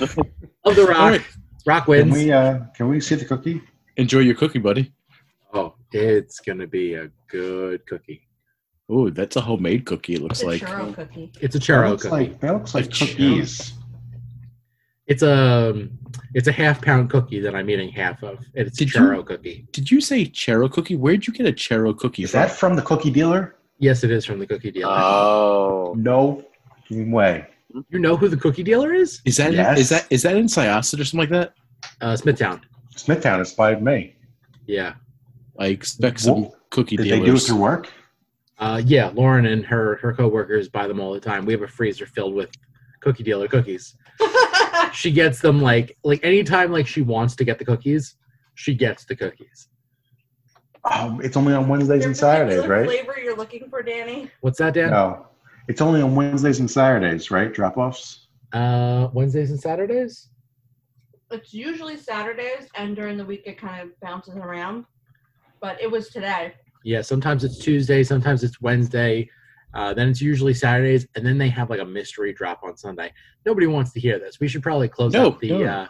S1: the
S3: Ah.
S1: Rock.
S2: All right.
S1: Rock
S3: Can
S1: wins.
S3: we uh, can we see the cookie?
S2: Enjoy your cookie, buddy.
S1: oh, it's gonna be a good cookie.
S2: Oh, that's a homemade cookie, it looks
S5: a
S2: like.
S5: churro cookie.
S1: It's a
S3: That
S1: churro
S3: looks
S1: cookie.
S3: like that looks
S2: A
S3: like
S2: churro?
S3: cookies.
S1: it's a um, it's a half pound cookie that I'm eating half of. And it's
S2: Did
S1: a
S2: you-
S1: churro cookie.
S2: Did you say churro cookie? Where'd you get a churro cookie
S3: Is
S2: from?
S3: that from the cookie dealer?
S1: Yes, it is from the cookie dealer.
S4: oh.
S3: No fucking way.
S1: you know who the cookie dealer is?
S2: Is that
S3: Yes.
S2: is that is that in Syosset or something like that?
S1: Uh, Smithtown.
S3: Smithtown inspired me.
S1: Yeah.
S2: I expect some
S3: Whoa.
S2: cookie
S3: Did
S2: dealers.
S3: they do it through work?
S1: Uh, yeah, Lauren and her her coworkers buy them all the time. We have a freezer filled with cookie dealer cookies. She gets them like like anytime like she wants to get the cookies, she gets the cookies.
S3: Um, it's only on Wednesdays and
S5: Is there a particular
S3: Saturdays, right?
S5: Flavor you're looking for, Danny?
S1: What's that, Dan?
S3: No, it's only on Wednesdays and Saturdays, right? Drop offs.
S1: Uh, Wednesdays and Saturdays.
S5: It's usually Saturdays, and during the week it kind of bounces around. But it was today.
S1: Yeah, sometimes it's Tuesday, sometimes it's Wednesday, uh, then it's usually Saturdays, and then they have like a mystery drop on Sunday. Nobody wants to hear this. We should probably close
S2: No,
S1: out the.
S2: no.
S1: Uh,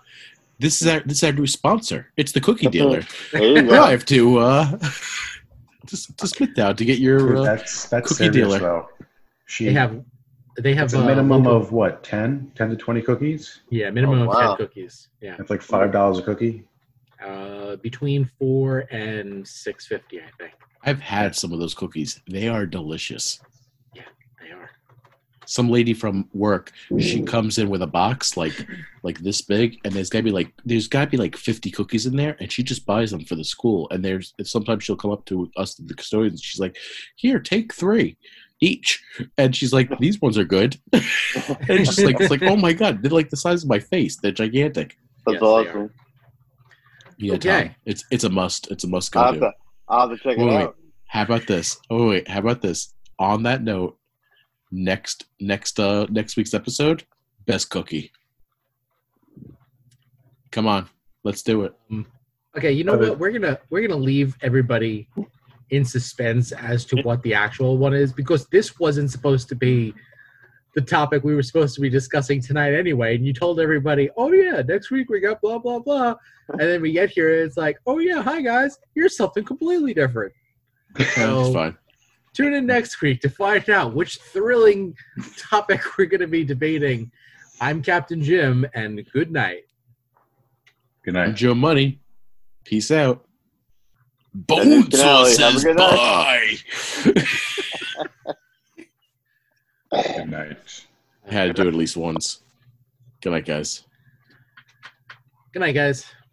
S2: This is our this is our new sponsor. It's the cookie dealer.
S4: There you go.
S2: Drive to uh just to Smithtown to get your
S3: Dude,
S2: uh,
S3: that's that's
S2: cookie
S3: serious,
S2: dealer.
S3: though. She
S1: they have, they have uh,
S3: it's a minimum
S1: local-
S3: of what 10, 10 to twenty cookies.
S1: yeah, minimum
S4: Oh,
S1: of
S4: wow.
S1: ten cookies. Yeah,
S3: It's like five dollars a cookie.
S1: uh, between four and six fifty, I think
S2: I've had some of those cookies. They are delicious.
S1: they are.
S2: some lady from work she comes in with a box like like this big and there's gotta be like there's gotta be like 50 cookies in there and she just buys them for the school and there's and sometimes she'll come up to us the custodians she's like here take three each and she's like these ones are good and she's like it's like oh my god they're like the size of my face they're gigantic
S1: Yes,
S4: That's
S1: they
S4: awesome.
S2: yeah
S1: Okay.
S2: Tom, it's it's a must it's a must go
S4: I'll have,
S2: do
S4: to, I'll have to check
S2: Wait,
S4: it
S2: wait.
S4: out.
S2: How about this? Oh wait, how about this? On that note, next next uh next week's episode, best cookie. Come on, let's do it.
S1: Okay, you know
S3: Other-
S1: what? We're gonna we're gonna leave everybody in suspense as to what the actual one is because this wasn't supposed to be the topic we were supposed to be discussing tonight anyway. And you told everybody, "Oh yeah, next week we got blah blah blah," and then we get here, it's like, "Oh yeah, hi guys, here's something completely different."
S2: It's
S1: So
S2: fine.
S1: tune in next week to find out which thrilling topic we're gonna be debating. I'm Captain Jim, and good night.
S3: Good
S2: I'm
S3: night.
S2: Joe Money. Peace out. Bone
S4: finale. Have a
S2: says
S4: good
S2: bye.
S3: Good night.
S2: I had to do it at least once. Good night, guys.
S1: Good night, guys.